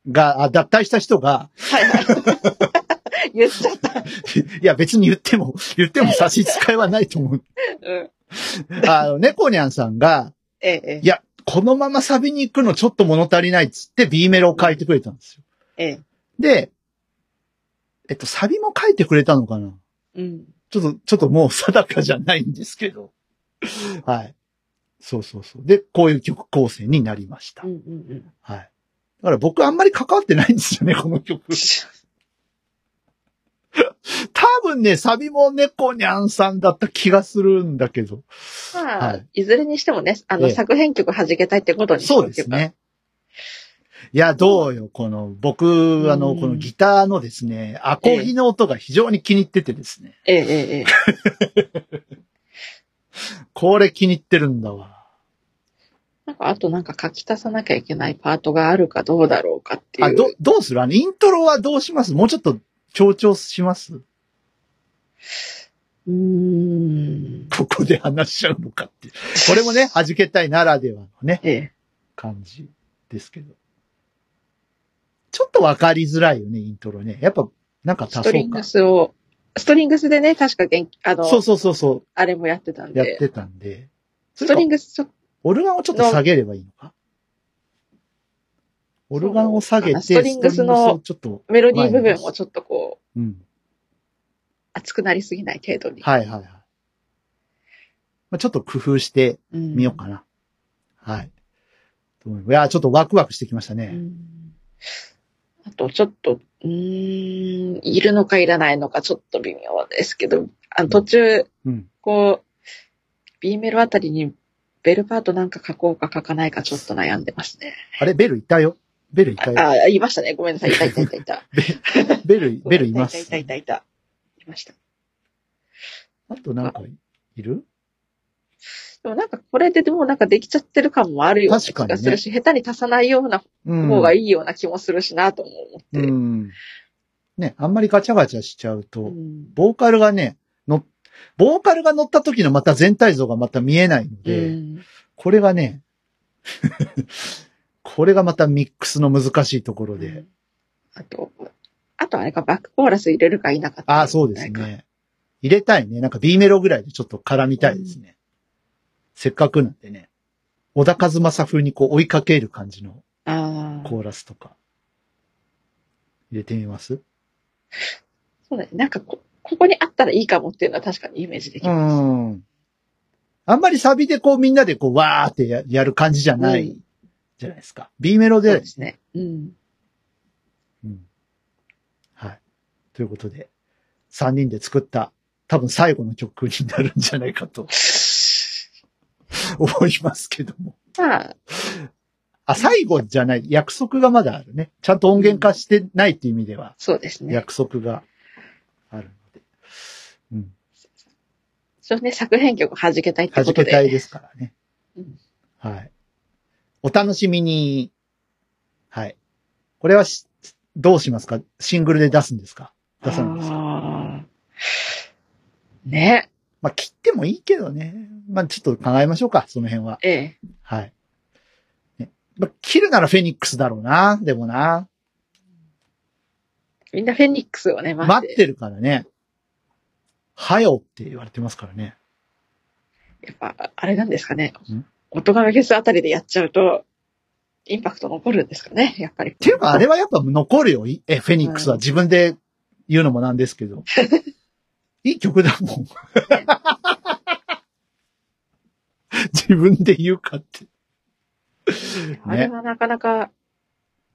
B: が、あ脱退した人が、 [laughs]
C: はいはい。言っちゃった。
B: いや別に言っても、言っても差し支えはないと思う。
C: うん。
B: あの、猫にゃんさんが、
C: ええ
B: い、や、このままサビに行くのちょっと物足りないっつって B メロを書いてくれたんですよ。
C: ええ。
B: で、えっと、サビも書いてくれたのかな
C: うん。
B: ちょっと、ちょっともう定かじゃないんですけど。はい。そうそうそう。で、こういう曲構成になりました。
C: うんうん
B: はい。だから僕あんまり関わってないんですよね、こ [laughs] の曲
C: うん。。
B: 多分ね、サビも猫にゃんさんだった気がするんだけど。
C: まあ、、
B: はい
C: ずれにしてもね、あの、
B: ええ
C: 作編曲弾けたいってことにして
B: そう
C: お
B: で
C: け
B: す
C: ば、
B: ね。いや、どうよ、この、僕、あの、
C: うん
B: このギターのですね、アコギの音が非常に気に入っててですね。
C: ええええええ。
B: これ気に入ってるんだわ。
C: なんか、あとなんか書き足さなきゃいけないパートがあるかどうだろうかっていう。
B: あ、ど、どうするあの、イントロはどうしますもうちょっと強調します
C: うーん。
B: ここで話しちゃうのかっていう。これもね、弾けたいならではのね、
C: ええ。
B: 感じですけど。ちょっとわかりづらいよね、イントロね。やっぱ、なんか
C: ス
B: 足
C: ト
B: そ
C: リ
B: う
C: ン
B: か
C: グ。スを、ストリングスでね、確か元気、あの、
B: そうそうそうそ
C: あれもやってた
B: う、
C: ん
B: やっ
C: で、
B: てたんで。
C: ストリングスちょっと、
B: オルガンをちょっと下げればいいのかオルガンを下げて、
C: ストリングス
B: ストリ
C: の
B: ングスをちょっと、
C: メロディー部分もちょっとこう、
B: うん。
C: 熱くなりすぎない程度に。
B: はいはいはい。まあ、ちょっと工夫して
C: うん
B: みようかな。はい。いや、ちょっとワクワクしてきましたね。
C: うんあと、ちょっと、うーん、いるのかいらないのか、ちょっと微妙ですけど、あの途中、
B: うん。
C: こう、B メロあたりに、ベルパートなんか書こうか書かないかちょっと悩んでますね。
B: あれ、ベルいたよ。ベルいたよ。
C: あ、言いましたね。ごめんなさい。いたいたいたいた。
B: ベル、 [laughs] ベルいます。
C: いたいたいたいた。いました。
B: あとなんかいる
C: でもなんかこれででもなんかできちゃってる感もあるような
B: 確
C: 気
B: かにね
C: がするし、下手に足さないような
B: うん。
C: 方がい
B: い。
C: いような気もするしなとも思って。
B: うん。ね、あんまりガチャガチャしちゃう
C: う
B: と、
C: ん
B: ボーカルがね、の、ボーカルが乗った時のまた全体像がまた見えないの
C: う
B: で、
C: ん
B: これがね、 [laughs] これがまたミックスの難しいところで、
C: うんあと、あとあれか、バックコーラス入れるかいなかった。
B: ああ、そうです。ね。入れたいね。なんか B メロぐらいでちょっと絡みたいですね。せっかくなんでね。小田和正風にこう追いかける感じの
C: ああ。
B: コーラスとか。入れてみます
C: そうだね。なんかこ、ここにあったらいいかもっていうのは確かにイメージでき
B: う
C: ます。
B: ん。あんまりサビでこうみんなでこうわーってややる感じじゃな
C: う
B: い
C: ん
B: じゃないですか。B メロ
C: そう
B: で
C: で、すね。うん。
B: うん。はい。ということで、3人で作った多分最後の曲になるんじゃないか
C: [laughs]
B: と思いますけども。
C: まあ、
B: あ、最後じゃない。約束がまだあるね。ちゃんと音源化してないっていう意味では、
C: そうですね。
B: 約束があるので。うん。
C: そうね、作編曲弾けたいって
B: 弾
C: こと
B: けたい
C: で。
B: ですからね
C: うん。
B: はい。お楽しみに。はい。これはしどうしますかシングルで出すんですか出さないんですか
C: あーね。
B: まあ、切ってもいいけどね。まあ、ちょっと考えましょうか、その辺は。
C: ええ。
B: はい。ねまあ、切るならフェニックスだろうな。でもな。
C: みんなフェニックスをね、待
B: 待
C: って。
B: ってるからね。はよって言われてますからね。
C: やっぱ、あれなんですかね
B: ん。
C: 音がフェスあたりでやっちゃうと、インパクト残るんですかね、やっぱり。っ
B: っていうか、あれはやっぱ残るよ。いえ、フェニックスは自分で言うのもなんですけど。いい曲だもん。 [laughs] 自分で言うかって。
C: あれはなかなか、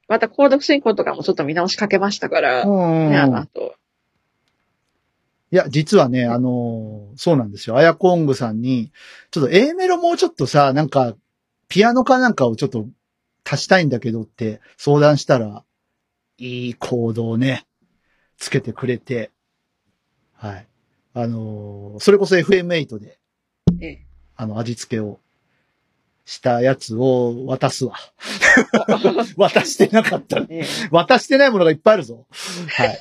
C: また、購読進行とかもちょっと見直しかけましたから、
B: う
C: ね、あの
B: ん。
C: 後。
B: いや、実はね、あのーそうなんですよ。アヤコングさんに、ちょっと A メロもうちょっとさ、なんか、ピアノかなんかをちょっと足したいんだけどって相談したら、いい行動をね、つけてくれて、はい。あのーそれこそ FM8 で、
C: え [laughs] え
B: あの、味付けをしたやつを渡すわ。渡してなかった。
C: ええ
B: 渡してないものがいっぱいあるぞ。はい。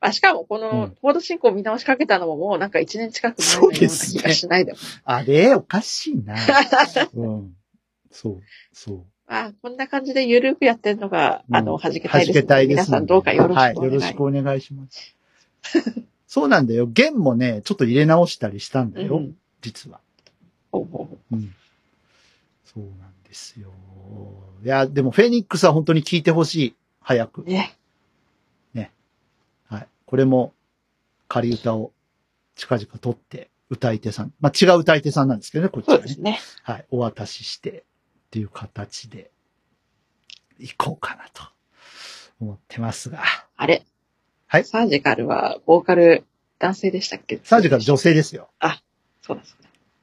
C: まあ、しかも、こ
B: うん
C: の、コード進行見直しかけたのももうなんか1年近く前のような気がしないでも。 [laughs]
B: あれ、おかしいな。うん。そう、そう。
C: まあ、こんな感じでゆるくやってるのが、あ
B: うん
C: の、弾けたいです、
B: 弾けたいです
C: 皆さんどうかよろしくお願いします。
B: はい、よろしくお願いし
C: [laughs]
B: ます。そうなんだよ。弦もね、ちょっと入れ直したりしたんだよ。
C: うん
B: 実は。
C: ほうほうほう
B: うん。そうなんですよ。いや、でもフェニックスは本当に聴いてほしい。早く。
C: ね。
B: はい。これも仮歌を近々取って歌い手さん。まあ、違う歌い手さんなんですけどね、こっち
C: そ
B: は
C: うで
B: ね
C: す。ね。
B: はい。お渡ししてっていう形で行こうかなと思ってますが。
C: あれ。
B: はい
C: サージカルは、ボーカル、男性でしたっけ
B: サージカル女性ですよ。
C: そうだそ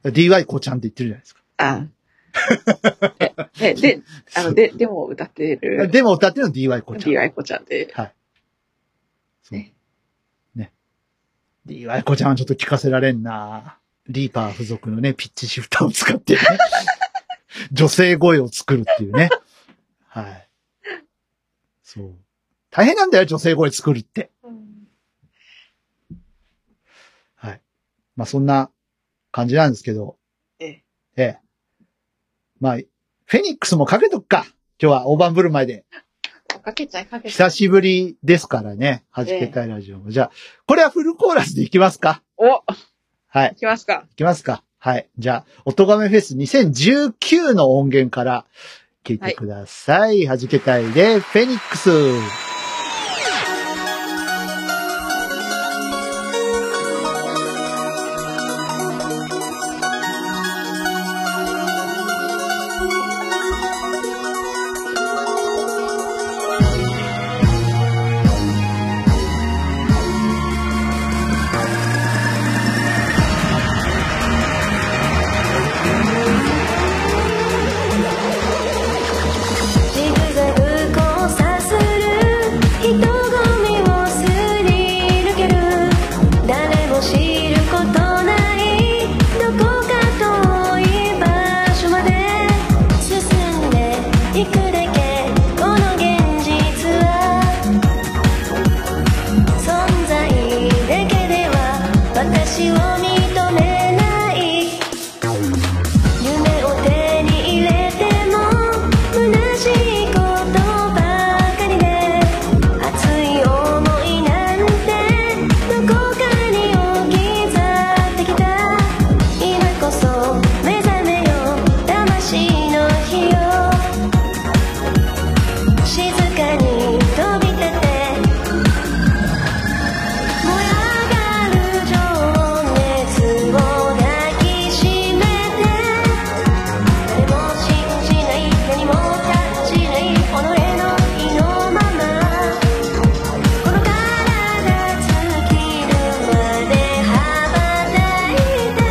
C: う
B: [laughs] DY 子ちゃんって言ってるじゃないですか。
C: だ。あね、で、あ
B: [laughs]
C: の、で、でも歌ってる、
B: でも歌ってるの DY こちゃん。
C: DY 子ちゃんで、
B: そう
C: ね
B: ね。DY 子ちゃんはちょっと聞かせられんなリーパー付属のね、ピッチシフターを使って
C: [laughs]
B: ね。女性声を作るっていうね。はい。そう。大変なんだよ、女性声作るって。はい。まあそんな感じなんですけど。
C: ええ
B: ええ。まあ、フェニックスもかけとくか。今日は大盤振る舞いで。
C: かけちゃいかけちゃ
B: 久
C: い。
B: しぶりですからね。弾けたいラジオも。じゃあ、これはフルコーラスでいきますか
C: お、
B: はい。
C: 来ますか。
B: いきますか。はい。じゃあ、おとがめフェス2019の音源から聞いてください。はじけたいで、フェニックス。
D: ジグザグ交差する人混みをすり抜ける誰も知ることないどこか遠い場所まで進んでいくだけこの現実は存在だけでは私を認めない夢を手に入れても虚しいことばかりで熱い思いなんてどこかに置き去ってきた今こそ目覚めよ魂の火を静かに飛び立て燃え上がる情熱を抱きしめて誰も信じない何も立ちない己の意のままこの体尽きるまで羽ばたいて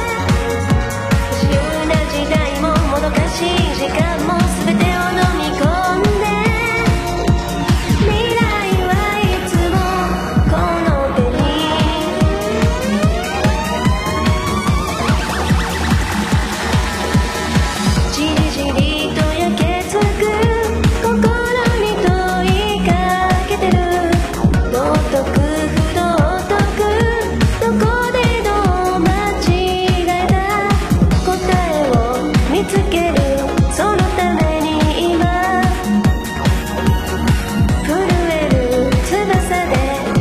D: 不自由な時代ももどかしい時間も全てを飲み込んで未来はいつもこの手にじりじりと焼けつく心に問いかけてる道徳不道徳どこでどう間違えた答えを見つけるそのために今震える翼で「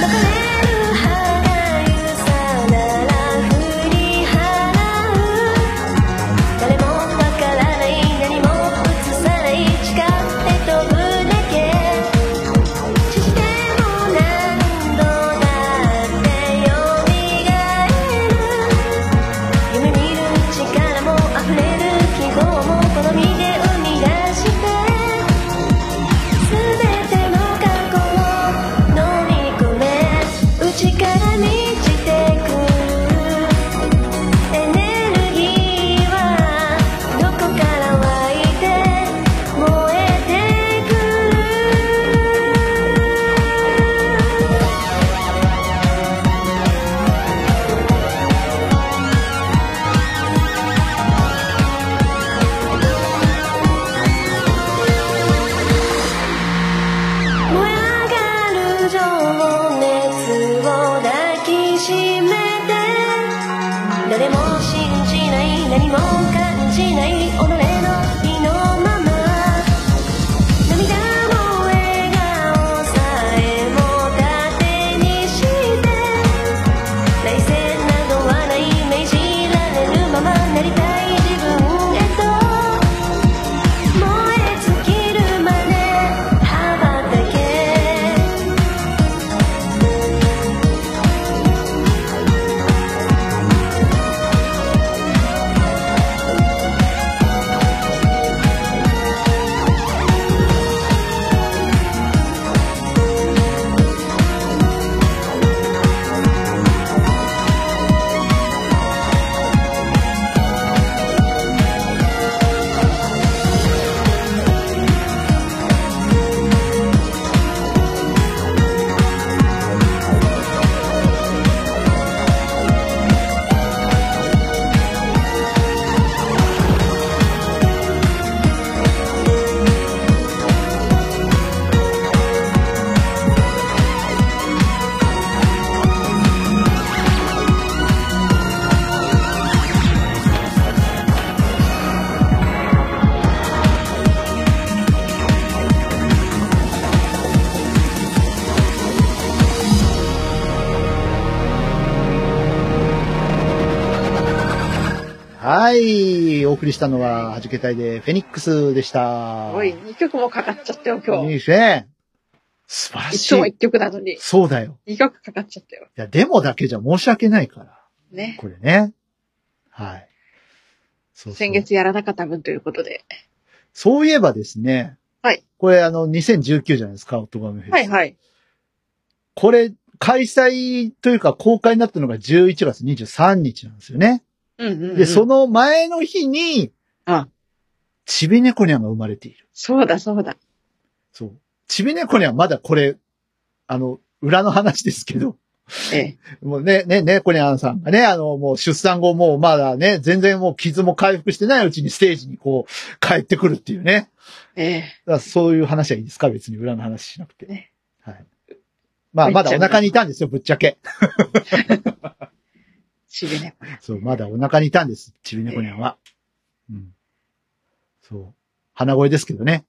D: 別れないで」「別れる歯がゆさなら振り払う」「誰もわからない何も映さない」「誓って飛ぶだけ」「しても何度だってよみがえる」夢見る力も溢れる記号も好みで生み出して全ての過去を飲み込め内から満ちてくるエネルギーはどこから湧いて燃えてくる燃え上がる情熱を抱きしめて誰も信じない何も感じない己の意のまま涙も笑顔さえも盾にして内戦などはない命じられるままなりたい自分へと燃え尽きるまで羽ばたけ「
B: はい。お送りしたのは、はじけたいで、フェニックスでした。
C: おい、2曲もかかっちゃったよ、今
B: いい
C: 日。
B: ですね。素晴ら
C: い
B: し
C: つも
B: い。
C: 1曲なのに、
B: そうだよ。
C: 2曲かかっちゃったよ。
B: いや、デモだけじゃ申し訳ないから。
C: ね。
B: これね。はい。そうそう
C: 先。月やらなかった分ということで。
B: そういえばですね。
C: はい。
B: これ、あの、2019じゃないですか、オットガメフェス。
C: はいはい。
B: これ、開催というか公開になったのが11月23日なんですよね。
C: うんうん、うん。
B: で、その前の日に、
C: あ、
B: ちびねこにゃんが生まれている。
C: そうだそうだ。
B: そう。ちびねこにゃんまだこれ、あの、裏の話ですけど、 [laughs]
C: ええ。
B: もうね、ね、ね、こにゃんさんがね、あの、もう出産後もうまだね、全然もう傷も回復してないうちにステージにこう、帰ってくるっていうね。
C: ええ。
B: だからそういう話はいいですか別に裏の話しなくて。
C: ね
B: はい。まあ、まだお腹にいたんですよ、ぶっちゃけ。
C: しびね。
B: そう、まだお腹にいたんです、ちびねこにゃんは。うん。そう。鼻声ですけどね。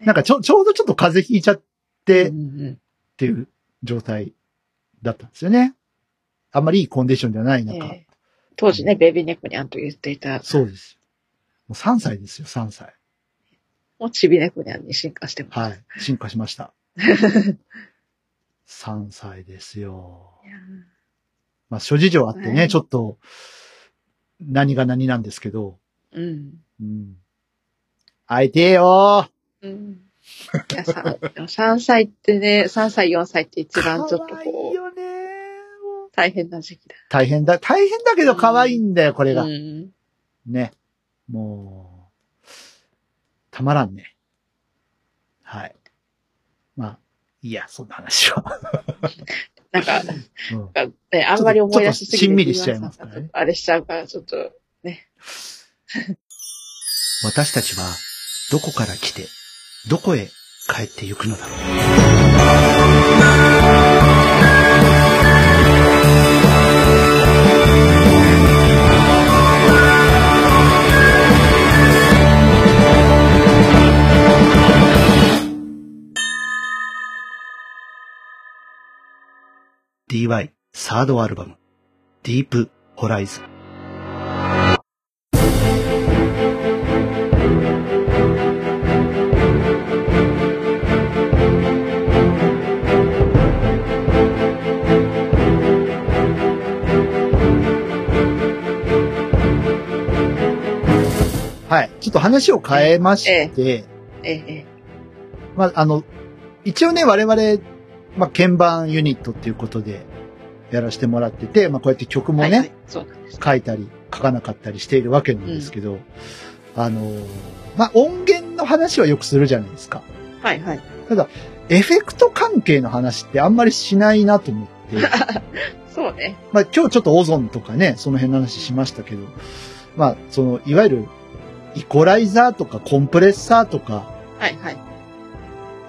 B: なんかちょ、ちょうどちょっと風邪ひいちゃってっ
C: うんうん
B: ていう状態だったんですよね。あんまりいいコンディションではない
C: え
B: 中。
C: え当時ね、ベビー猫にゃんと言っていた、
B: そうです。もう3歳ですよ、3歳。
C: もうちび猫にゃんに進化してます。
B: はい。進化しました。3歳ですよ。
C: いや
B: まあ、諸事情あって
C: は
B: ね、
C: い
B: ちょっと、何が何なんですけど、
C: ー [laughs]
B: う
C: うん。
B: ん。会いてえよー
C: うん。いや、さ3歳ってね、3歳、4歳って一番ちょっと
B: 可愛い
C: こう、
B: よね
C: 大変な時期だ。
B: 大変だ、大変だけど可愛いんだよ、これが。
C: うん。
B: ね。もう、たまらんね。はい。まあ、いいや、そんな話は。
C: なんか、
B: うん
C: なんかね、あんまり思い出しすぎて
B: ちょっとしんみりしちゃいますからね
C: ちょっとあれしちゃうから、ちょっと、
B: 私たちは、どこから来て、どこへ帰ってゆくのだろう。DY サードアルバムディープホライズンはい。ちょっと話を変えまして、
C: ええ、
B: まあ、あの、一応ね、我々、まあ、鍵盤ユニットっていうことでやらせてもらってて、まあ、こうやって曲も
C: ええ。
B: ね、
C: はいはいそうなんです。
B: 書いたり書かなかったりしているわけなんですけど、あのー、まあ、音源の話はよくするじゃないですか。
C: はいはい。
B: エフェクト関係の話ってあんまりしないなと思って、
C: [laughs] そうね。
B: まあ、今日ちょっとオゾンとかね、その辺の話しましたけど、まあ、その、いわゆる、イコライザーとかコンプレッサーとか、
C: はいはい。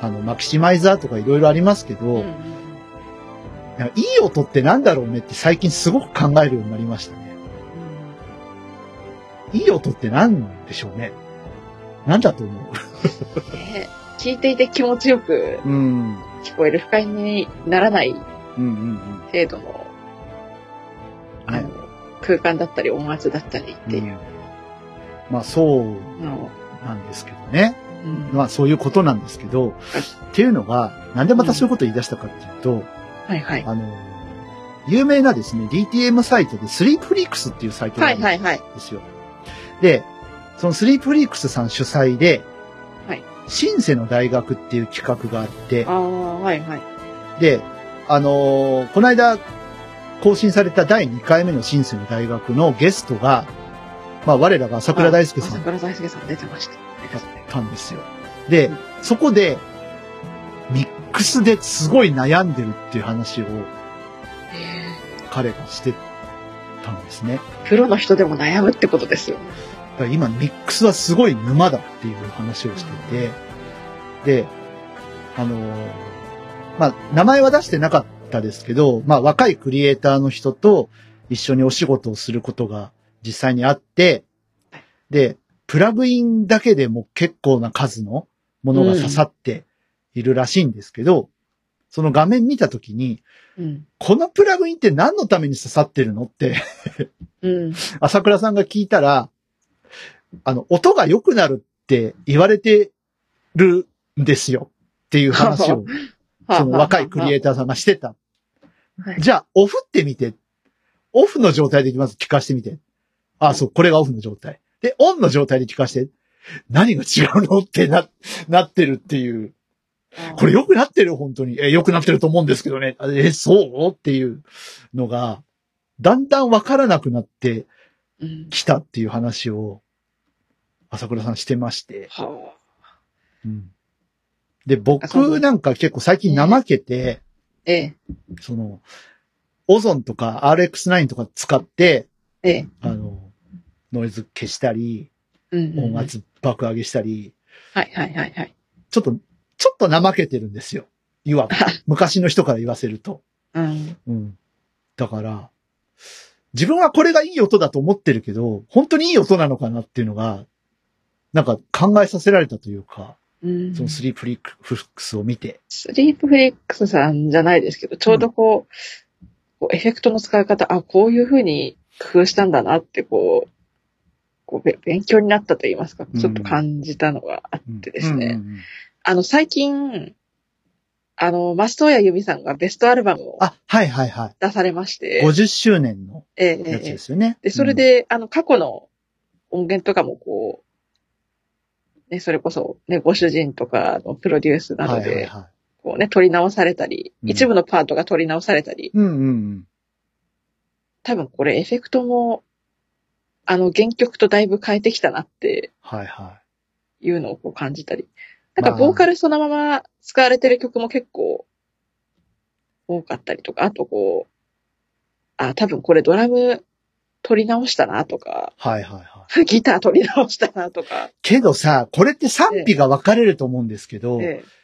B: あの、マキシマイザーとかいろいろありますけど、
C: うんうん
B: なんかいい音ってなんだろうねって最近すごく考えるようになりましたね。
C: うん
B: いい音って何なんでしょうね。なんだと思
C: ね聞いていて気持ちよく
B: ううん。うん
C: 聞こえる不快にならない
B: うんうん。
C: 程度のあの空間だったり音圧だったりっていう
B: まあそう
C: のを、
B: なんですけどね。
C: うん
B: まあそういうことなんですけど、っていうのが、なんでまたそういうことを言い出したかっていうと、
C: はいはい。
B: あの、有名なですね、DTM サイトでスリープリークスっていうサイトがあ
C: はい
B: るん
C: はいはい。
B: ですよ。で、そのスリープリークスさん主催で、
C: はい
B: シンセの大学っていう企画があって
C: あ、あ、はいはい。
B: で、あのーこの間、更新された第2回目の新生の大学のゲストが、まあ、我らが朝倉大輔さんだっ
C: 桜大輔さん出てました。
B: たんですよ。で
C: うん、
B: そこで、ミックスですごい悩んでるっていう話を彼がしてたんですね。
C: プロの人でも悩むってことですよ。
B: だから今、ミックスはすごい沼だっていう話をしてて、で、あのーまあ、名前は出してなかったですけど、まあ、若いクリエイターの人と一緒にお仕事をすることが実際にあって、で、プラグインだけでも結構な数のものが刺さっているらしいんですけど、その画面見たときに、
C: うん。
B: このプラグインって何のために刺さってるのって
C: うん。
B: 朝倉さんが聞いたら、あの、音が良くなるって言われてるんですよっていう
C: [laughs]
B: 話を、その若いクリエイ
C: タ
B: ターさんがしてた。
C: はい
B: じゃあ、オフってみて。オフの状態でまず聞かしてみて。あ、そう、これがオフの状態。で、オンの状態で聞かして。何が違うのってな、なってるっていう。
C: ー
B: これ良くなってる本当に。え、良くなってると思うんですけどね。あえ、そうっていうのが、だんだんわからなくなって
C: うん
B: きたっていう話を、朝倉さんしてまして。
C: は
B: うんで、
C: あそう
B: 僕
C: だ
B: なんか結構最近怠けて、
C: あええ、
B: その、オゾンとか RX9 とか使って、
C: ええ。
B: あの、ノイズ消したり、
C: うんうんうん
B: 音圧爆上げしたり、
C: はいはいはいはい。
B: ちょっと、ちょっと怠けてるんですよ。い
C: [laughs]
B: わく昔の人から言わせると。
C: うん。
B: うん。だから、自分はこれがいい音だと思ってるけど、本当にいい音なのかなっていうのが、なんか考えさせられたというか、
C: うん
B: そのスリープリックフックスを見て。
C: スリープフレックスさんじゃないですけど、ちょうどこう、こうエフェクトの使い方、あ、こういうふうに工夫したんだなって、こう、こうべ勉強になったと言いますか、
B: うん
C: ちょっと感じたのがあってですね。
B: うんうんうん
C: あの、最近、あの、マストヤユミさんがベストアルバムを
B: あ、はいはいは
C: 出されまして
B: い。、50周年の
C: えええ
B: やつ
C: え
B: ですよね。
C: で、それで、あの、過去の音源とかもこう、ね、それこそ、ね、ご主人とかのプロデュース
B: うん、
C: など
B: はいはい
C: で、
B: はい
C: こうね、取り直されたり、
B: うん
C: 一部のパートが取り直されたり、
B: うんうんうん。
C: 多分これエフェクトも、あの、原曲とだいぶ変えてきたなって
B: はいは
C: いうのをこう感じたり。なん
B: ま
C: か
B: あ
C: ボーカルそのまま使われてる曲も結構多かったりとか、あとこう、あ、多分これドラム取り直したなとか、 [laughs]
B: い。はいはいはい。
C: ギター取り直したなとか。
B: けどさ、これって賛否が分かれると思うんですけど、
C: ええ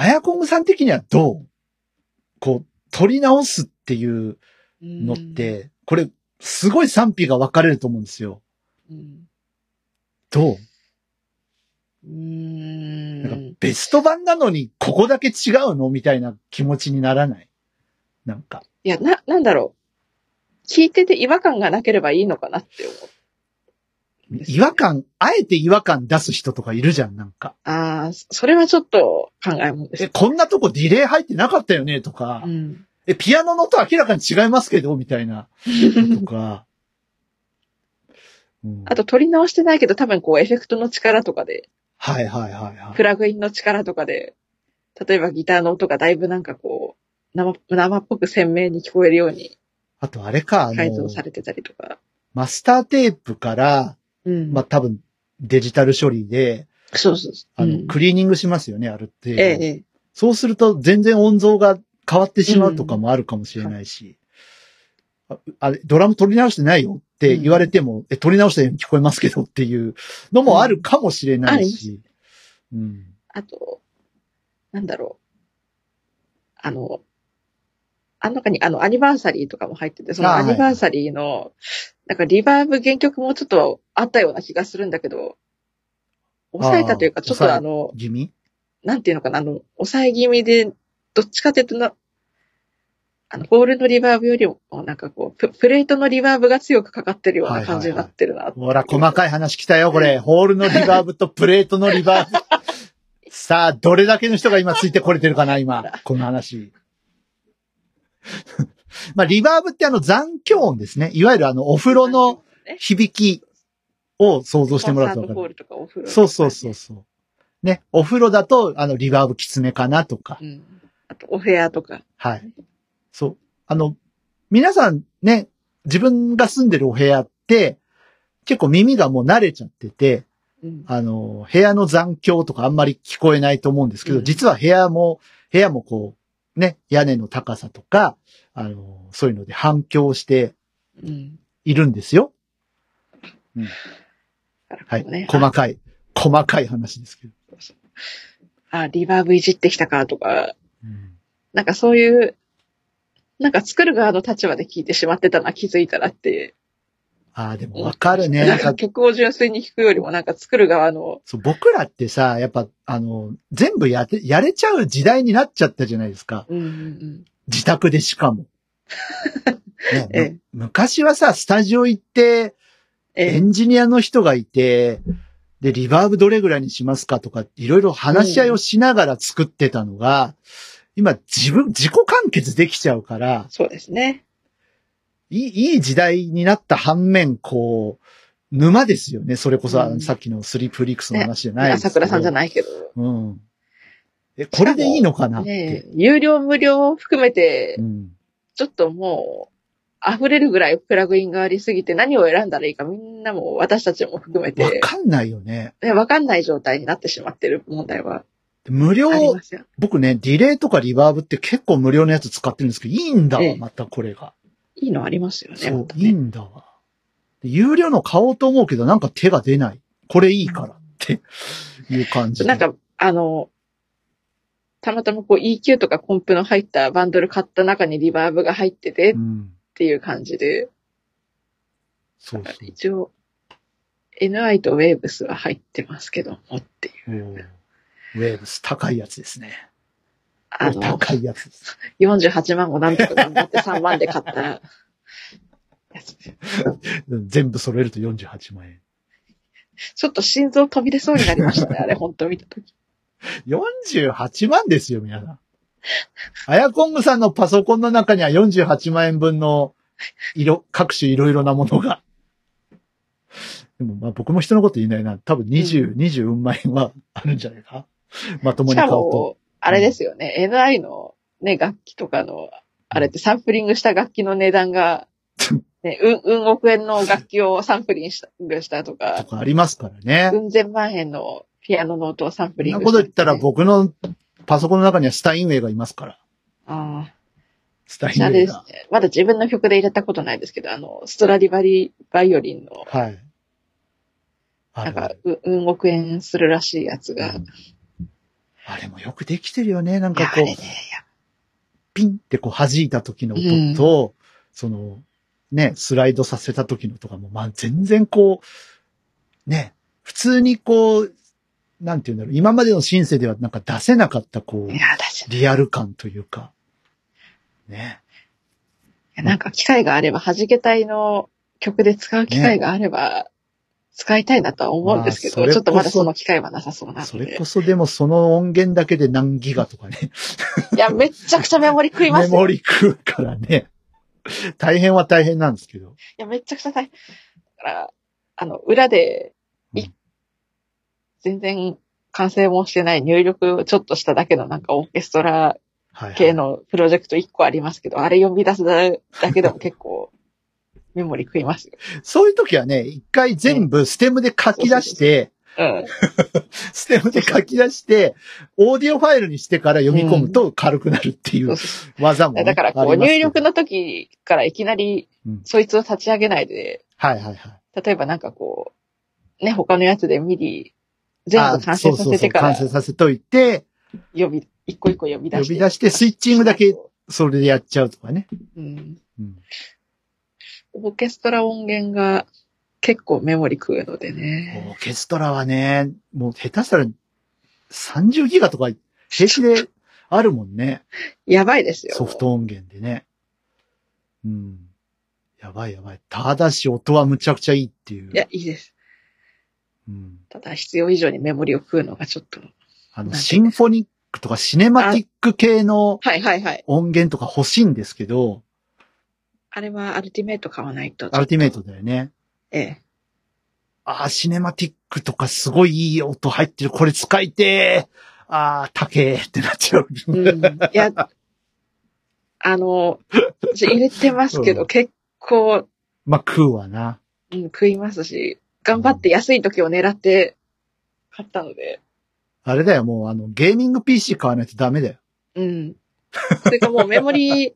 B: アヤコングさん的にはどうこう、取り直すっていうのっ、て、これ、すごい賛否が分かれると思うんですよ。
C: うん。
B: どう
C: うーん
B: なんかベスト版なのに、ここだけ違うのみたいな気持ちにならないなんか。
C: いや、な、なんだろう。聞いてて違和感がなければいいのかなって思う。
B: 違和感、あえて違和感出す人とかいるじゃん、なんか。
C: ああ、そそれはちょっと考えもんです
B: え、。こんなとこディレイ入ってなかったよねとか、
C: うん。 [laughs]
B: え、ピアノの音明らかに違いますけど、みたいな。とか。うん
C: あと、取り直してないけど、多分こう、エフェクトの力とかで、
B: はいはいはいは
C: プ
B: い。
C: ラグインの力とかで、例えばギターの音がだいぶなんかこう、生生っぽく鮮明に聞こえるように
B: あとあれか、あ
C: 改造
B: の、
C: されてたりとか。
B: マスターテープから、
C: うん。
B: まあ、多分デジタル処理で、
C: そうそうそう。
B: あ
C: う
B: の、
C: ん
B: クリーニングしますよね、ある程度。
C: ええ、え
B: そうすると全然音像が変わってしまうとかもあるかもしれないし、ああれ、ドラム取り直してないよって言われても、え、取り直したように聞こえますけどっていうのもあるかもしれないし、うん。
C: あと、なんだろう。あの、あの中にあの、アニバーサリーとかも入ってて、その
B: あー
C: アニバーサリーの、なんかリバーブ原曲もちょっとあったような気がするんだけど、抑えたというか、
B: あー
C: ちょっとあの、
B: 気味
C: なんていうのかな、あの、抑え気味で、どっちかというとな、あの、ホールのリバーブよりも、なんかこうプ、プレートのリバーブが強くかかってるような感じになってるな。
B: ほら、細かい話来たよ、これ。ホールのリバーブとプレートのリバーブ。 [laughs] さあ、どれだけの人が今ついてこれてるかな、今。この話。 [laughs] まあ、リバーブってあの残響音ですね。いわゆるあの、お風呂の
C: ね、
B: 響きを想像してもらうと
C: コンサートホー
B: 分か
C: ルとかお風呂
B: る。
C: とか
B: そうそうそうそう。ね、お風呂だと、あの、リバーブきつめかなとか
C: う。ん。あと、お部屋とか。
B: はい。そう。あの、皆さんね、自分が住んでるお部屋って、結構耳がもう慣れちゃってて、
C: うん。
B: あの、部屋の残響とかあんまり聞こえないと思うんですけど、
C: うん
B: 実は部屋も、部屋もこう、ね、屋根の高さとか、あの、そういうので反響して
C: うん。
B: いるんですよ。
C: だか
B: は
C: ら
B: い。
C: こうね
B: 細かい、細かい話ですけど。
C: あ、リバーブいじってきたかとか、
B: うん
C: なんかそういう、なんか作る側の立場で聞いてしまってたな、気づいたらって。
B: ああ、でもわかるね。
C: な
B: なんん
C: か
B: か、
C: 曲を純粋に聴くよりも、なんか作る側の、
B: そう、僕らってさ、やっぱ、あの、全部やって、やれちゃう時代になっちゃったじゃないですか。
C: [laughs] うんうんうん。
B: 自宅でしかも。ね
C: ええ
B: む昔はさ、スタジオ行って、エ
C: ええ、
B: ンジニアの人がいて、で、リバーブどれぐらいにしますかとか、いろいろ話し合いをしながら作ってたのが、今自分、自己完結できちゃうから、
C: そうですね。
B: いい、いい時代になった反面、こう、沼ですよね。それこそ、あの
C: うん
B: さっきのスリープフリックスの話じゃないです
C: 朝倉さんじゃ
B: い。
C: ないけど。
B: うん。え、これでいいのかなって。
C: ねえ、有料無料含めて
B: う、ん。
C: ちょっともう、溢れるぐらいプラグインがありすぎて、何を選んだらいいかみんなも私たちも含め
B: わ
C: て、
B: かんないよね。
C: ねわかんない状態になってしまってる問題は
B: 無料
C: あ、りますよ。
B: 僕ね、ディレイとかリバーブって結構無料のやつ使ってるんですけど、いいんだ
C: え
B: わ、
C: え
B: またこれが。
C: いいのありますよね。
B: そ
C: ま
B: う
C: た、
B: いい
C: ね
B: んだわ。で有料の買おうと思うけど、なんか手が出ない。これいいからっていう感じで。
C: なんか、あの、たまたまこう EQ とかコンプの入ったバンドル買った中にリバーブが入っててっ
B: うん。
C: ていう感じで、
B: そうそう。
C: 一応 NI と Waves は入ってますけどもっていう。
B: おーウェーブス高いやつですね。
C: あ
B: お
C: の、
B: 高いやつです。
C: 48万をなんとか頑張って3万で買ったやつ。
B: うん全部揃えると48万円。
C: ちょっと心臓飛び出そうになりましたね、あれ、本当見たとき。
B: 48万ですよ、皆さん。アヤコングさんのパソコンの中には48万円分の色、各種いろいろなものが。でも、まあ僕も人のこと言えないな。多分20、20万円はあるんじゃないかまとも
C: し
B: に買
C: か
B: うと。
C: も、あれですよね、NI のね、楽器とかの、あれってサンプリングした楽器の値段が、
B: [laughs]
C: ね、うん、うん億円の楽器をサンプリングしたしたと
B: と
C: か、
B: かありますからね。
C: うん千万円のピアノの音をサンプ
B: そん
C: リン
B: な
C: グ
B: こ
C: し
B: と
C: た
B: 言ったら
C: ね
B: 僕のパソコンの中にはスタインウェイがいますから。
C: あ
B: スタイ
C: あ、あ
B: ンウェ
C: れ
B: イ
C: です
B: が。
C: ね。まだ自分の曲で入れたことないですけど、あの、ストラディバリバイオリンの、
B: はい。あ
C: なん
B: るあ
C: か
B: る、
C: ううん億円するらしいやつが、
B: あれもよくできてるよね。なん
C: いや
B: かこ
C: あれ
B: う
C: ね、。
B: ピンってこう弾いた時の音と、その、ね、スライドさせた時のとかも、まあ全然こう、ね、普通にこう、なんて言うんだろう、今までのシンセではなんか出せなかったこ、
C: いうや、私
B: リアル感というか、ね。
C: いやなんか機会があれば、弾けたいの曲で使う機会があれば、使いたいなとは思うんですけど、
B: まあそれこそ
C: ちょっとまだその機会はなさそうな
B: そ
C: の
B: れ
C: で
B: こ。そでもその音源だけで何ギガとか
C: [laughs]
B: ね、
C: いや、めちゃくちゃメモリ食いま
B: メ
C: すよ。
B: モ
C: い
B: リ食うからね。大変は大変なんですけど。
C: や、めちゃくちゃ大変。だから、あの、裏で、い
B: うん
C: 全然完成もしてない入力をちょっとしただけのなんかオーケストラ
B: はい、はい
C: 系。のプロジェクト1個ありますけど、あれ呼び出すだけでも結構メモリ食いますよ。
B: そういう時はね、一回全部ステムで書き出して、
C: うん。
B: ステムで書き出して、オーディオファイルにしてから読み込むと軽くなるってい
C: そう
B: う
C: そう
B: 技もね、
C: だから、こ
B: あ
C: う、
B: ります
C: 入
B: けど
C: 力。の時からいきなり
B: うん、
C: そいつを立ち上げないで、
B: はいはいはい。
C: 例えばなんかこう、ね、他のやつでミリ、全部完成させてか
B: あ
C: ら
B: そうそうそう完成、させといて、
C: 呼び、一個一個呼び出して。
B: 呼び出してスイッチングだけ
C: う
B: それでやっちゃうとかね。
C: ん。
B: うん、
C: オーケストラ音源が結構メモリ食うのでね。
B: オーケストラはね、もう下手したら30ギガとか平気であるもんね。
C: やばいですよ。
B: ソフト音源でね。うん。やばいやばい。ただし音はむちゃくちゃいいっていう。
C: いや、いいです。
B: うん
C: ただ、必要以上にメモリを食うのがちょっと。
B: あの、
C: なんて
B: シンフォニックとかシネマティック系の
C: はいはいはい。
B: 音源とか欲しいんですけど、
C: あれはアルティメイト買わないと。
B: アルティメイトだよね。
C: ええ。
B: ああ、シネマティックとかすごいいい音入ってる。これ使いてーああ、高えってなっちゃう。 [laughs]
C: うんいや、あの、私入れてますけ
B: う
C: ど、
B: ん
C: 結構、
B: まあ、食うわな。
C: うん、食いますし、頑張って安い時を狙って買ったので、
B: あれだよ、もうあの、ゲーミング PC 買わないとダメだよ。
C: うん。それかもうメモリー、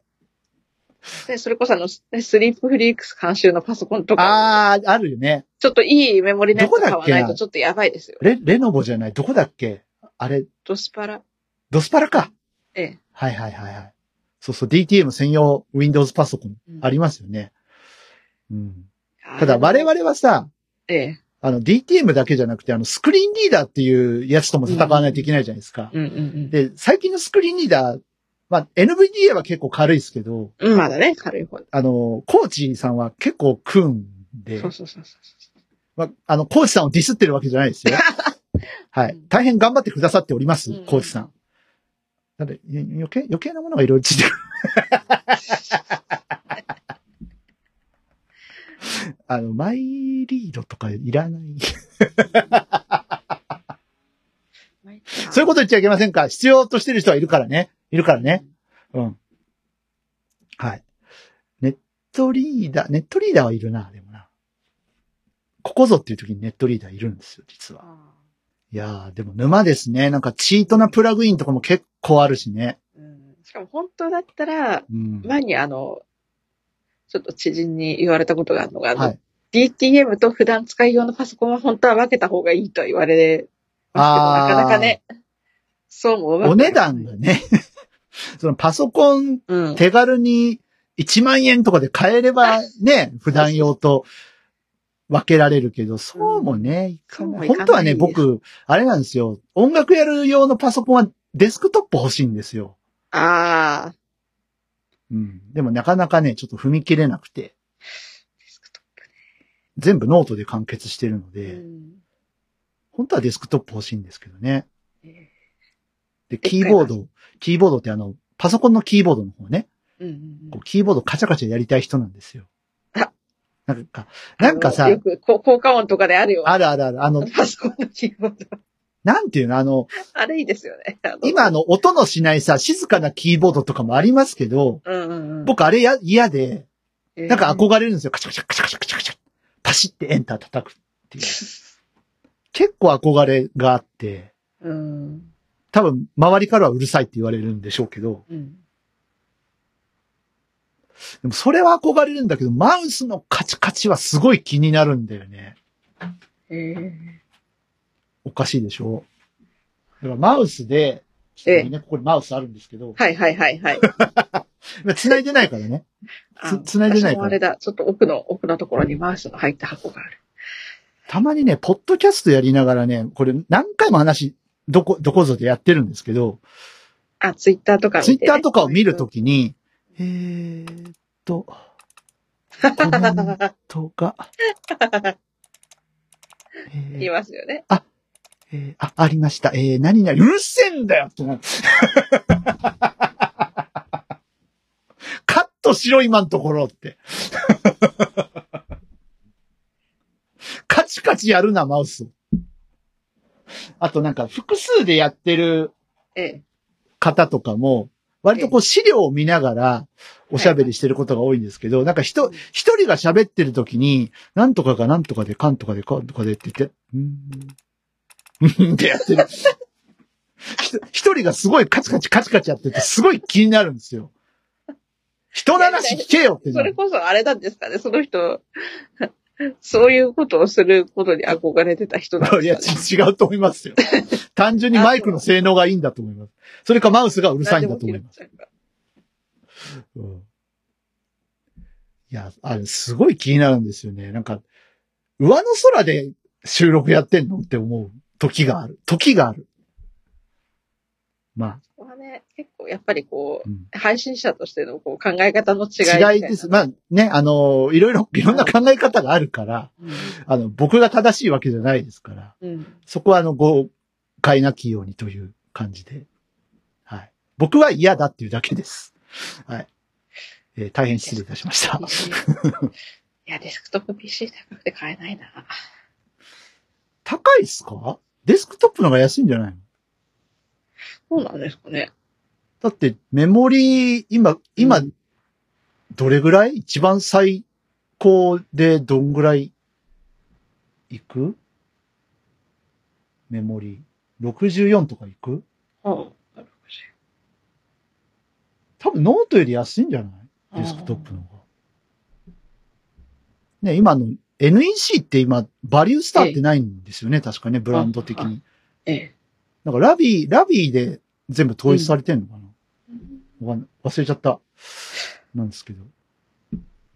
C: ね、それこそあの、ねスリープフリークス監修のパソコンとか、
B: ああ、あるよね。
C: ちょっといいメモリのやつ
B: どこだっ
C: 買
B: けな
C: わないとちょっとやばいですよ。
B: レ、レノボじゃない。どこだっけあれ、
C: ドスパラ。
B: ドスパラか。
C: ええ。
B: はいはいはいはい。そうそう、DTM 専用 Windows パソコンありますよね。うん。ただ我々はさ、
C: ええ。
B: あの、DTM だけじゃなくて、あの、スクリーンリーダーっていうやつとも戦わないといけないじゃないですか。
C: うんうんうん。
B: で、最近のスクリーンリーダー、まあ、NVDA は結構軽いですけど、
C: うんまだね、軽い方。
B: あの、コーチさんは結構食うんで
C: そ、うそうそうそ
B: まあ、あの、コーチさんをディスってるわけじゃないですよ。はい。大変頑張ってくださっております、
C: う。
B: コーチさん。なんで、よ余計、余計なものがいろいろついてくる。あの、マイリードとかいらない。
C: うん。
B: そういうこと言っちゃいけませんか必要としてる人はいるからね。いるからね。うん。はい。ネットリーダー、ネットリーダーはいるな、でもな。ここぞっていう時にネットリーダーいるんですよ、実は。
C: あ
B: いやー、でも沼ですね。なんかチートなプラグインとかも結構あるしね。
C: ーうんしかも本当だったら、
B: うん。
C: 前にあの、ちょっと知人に言われたことがあるのが、あの
B: はい
C: DTM と普段使い用のパソコンは本当は分けた方がいいと言われますけ
B: あー
C: ど、なかなかね、そうもうまく
B: お値段がね、 [laughs] そのパソコン
C: うん。
B: 手軽に1万円とかで買えればね、普段用と分けられるけど、そうもね、いか
C: そう
B: な
C: も
B: い。
C: いかな
B: 本
C: い
B: 当はね、僕、あれなんですよ。音楽やる用のパソコンはデスクトップ欲しいんですよ。
C: ああ、
B: うん。でもなかなかね、ちょっと踏み切れなくて、
C: デスクト
B: 全部ノートで完結してるの
C: ップ。
B: で、
C: うん
B: 本当はデスクトップ欲しいんですけどね。
C: え
B: で、
C: でっかい
B: キーボード、キーボードってあの、パソコンのキーボードの方ね。
C: ーうんうんう
B: こ
C: ん
B: うキーボードカチャカチャやりたい人なんですよ
C: あ。
B: なんか、なんか
C: あ
B: さ
C: のよ、くこ効果音とかであるよ。
B: あるあるある、あの、
C: パソコンのキーボード。
B: なんていうの、あの、
C: あれいいですよね。あの
B: 今あ、の、音のしないさ、静かなキーボードとかもありますけど、
C: うんうんうん、
B: 僕あれや嫌で、
C: えー
B: なんか憧れるんですよ。カチャカチャカチャカチャカチャカチャ。パシってエンター叩くっていう。結構憧れがあって、
C: うん。
B: 多分周りからはうるさいって言われるんでしょうけど、
C: うん。
B: でもそれは憧れるんだけど、マウスのカチカチはすごい気になるんだよね。
C: えー
B: おかしいでしょだからマウスで、ちょっとね、ここにマウスあるんですけど、
C: はいはいはいはい。
B: 今繋いでないからね。
C: あ
B: [laughs] つ繋いでないから
C: 私もあれだ。ちょっと奥の、奥のところにマウスの入った箱がある。
B: たまにね、ポッドキャストやりながらね、これ何回も話、どこ、どこぞでやってるんですけど、
C: あ、ツイッターとか見て
B: ツイ
C: ね、
B: ッターとかを見るときに、えーっ
C: [laughs]
B: と、コメントが、えー
C: いますよね。
B: えーあ、ありました。えー、何々、うるせえんだよってなる [laughs] カットしろ、今のところって。 [laughs] カチカチやるな、マウスを。あとなんか、複数でやってる
C: ええ。
B: 方とかも、割とこう資料を見ながらおしゃべりしてることが多いんですけど、なんか人、一人が喋ってる時に、なんとかがなんとかで、かんとかで、かんとかでって言って、うーん、うんってやってる。 [laughs] ひと一人がすごいカチカチカチカチやってて、すごい気になるんですよ。人ならし聞けよって
C: そ
B: な
C: れ
B: る。
C: こそあれなんですかね、その人、 [laughs] そういうことをすることに憧れてた人なん
B: [laughs] い
C: で
B: や、
C: すか
B: ち違
C: ね。
B: うと思いますよ。単純にマイクの性能がいいんだと思います。それかマウスがうるさいんだと思います。
C: 何でも拾っちゃう
B: う
C: か
B: んいや、あれ、すごい気になるんですよね。なんか、上の空で収録やってんのって思う時がある。時がある。ま
C: そこはね、結構やっぱりこ
B: あ、うん
C: う、配信者としてのこう考え方の違いみたいな
B: 違いです。まあね、あの、いろいろ、いろんな考え方があるから、あの、僕が正しいわけじゃないですから、
C: うん。うん
B: そこはあの、誤解なきようにという感じで。はい。僕は嫌だっていうだけです。はい。えー大変失礼いたしました。
C: PC [laughs] いや、デスクトップ PC 高くて買えないな。
B: 高いっすかデスクトップの方が安いんじゃないの
C: そうなんですかね。
B: だってメモリー、今、今、
C: うん
B: どれぐらい一番最高でどんぐらいいくメモリー。64とかいく
C: うん
B: 多分ノートより安いんじゃないデスクトップの方が。ね、今の NEC って今、バリュースターってないんですよね、確かね、ブランド的
C: あ
B: に。
C: ええ。
B: なんかラビー、ラビーで全部統一されてんのかな、わかんない忘れちゃった。なんですけど。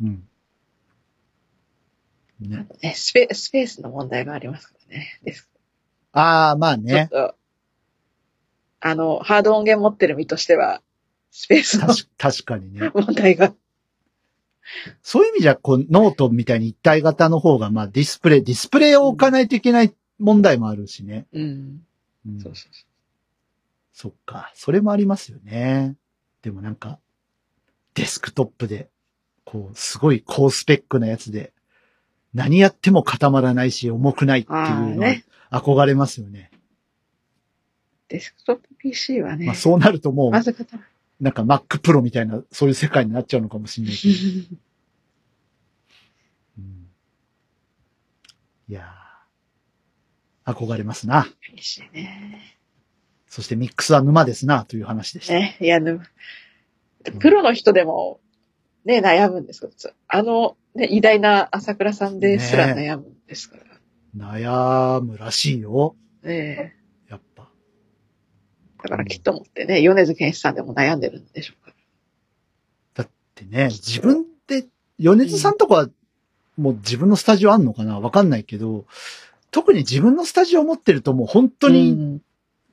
B: うん。ね。
C: ね、スペスペースの問題がありますからね。です
B: ああ、まあ
C: ちょっ
B: ね。
C: と、あの、ハード音源持ってる身としては、スペースの
B: 確確かにね。
C: 問題が。
B: そういう意味じゃ、こう、ノートみたいに一体型の方が、まあ、ディスプレイ、ディスプレイを置かないといけない問題もあるしね。
C: うん。
B: うん
C: そうそう
B: そ
C: そ。
B: っか。それもありますよね。でもなんか、デスクトップで、こう、すごい高スペックなやつで、何やっても固まらないし、重くないっていう
C: ああ
B: うのは
C: ね。
B: 憧れますよね。
C: デスクトップ PC はね。
B: まあそうなるとも
C: ま
B: う、
C: ず固まる
B: なんか Mac Pro みたいな、そういう世界になっちゃうのかもしれないけど。うんいやー憧れますな。
C: PC ね。
B: そしてミックスは沼ですな、という話でした。
C: ね。いや、でもプロの人でも、ね、悩むんですよ。あの、ね、偉大な朝倉さんですら
B: ね
C: 悩むんですから。
B: 悩むらしいよ。
C: ね
B: やっぱ。
C: だからきっと思ってね、米津玄師さんでも悩んでるんでしょうか
B: ってね、自分で、米津さんとかは、もう自分のスタジオあんのかなわかんないけど、特に自分のスタジオ持ってるともう本当
C: ら。
B: に
C: うん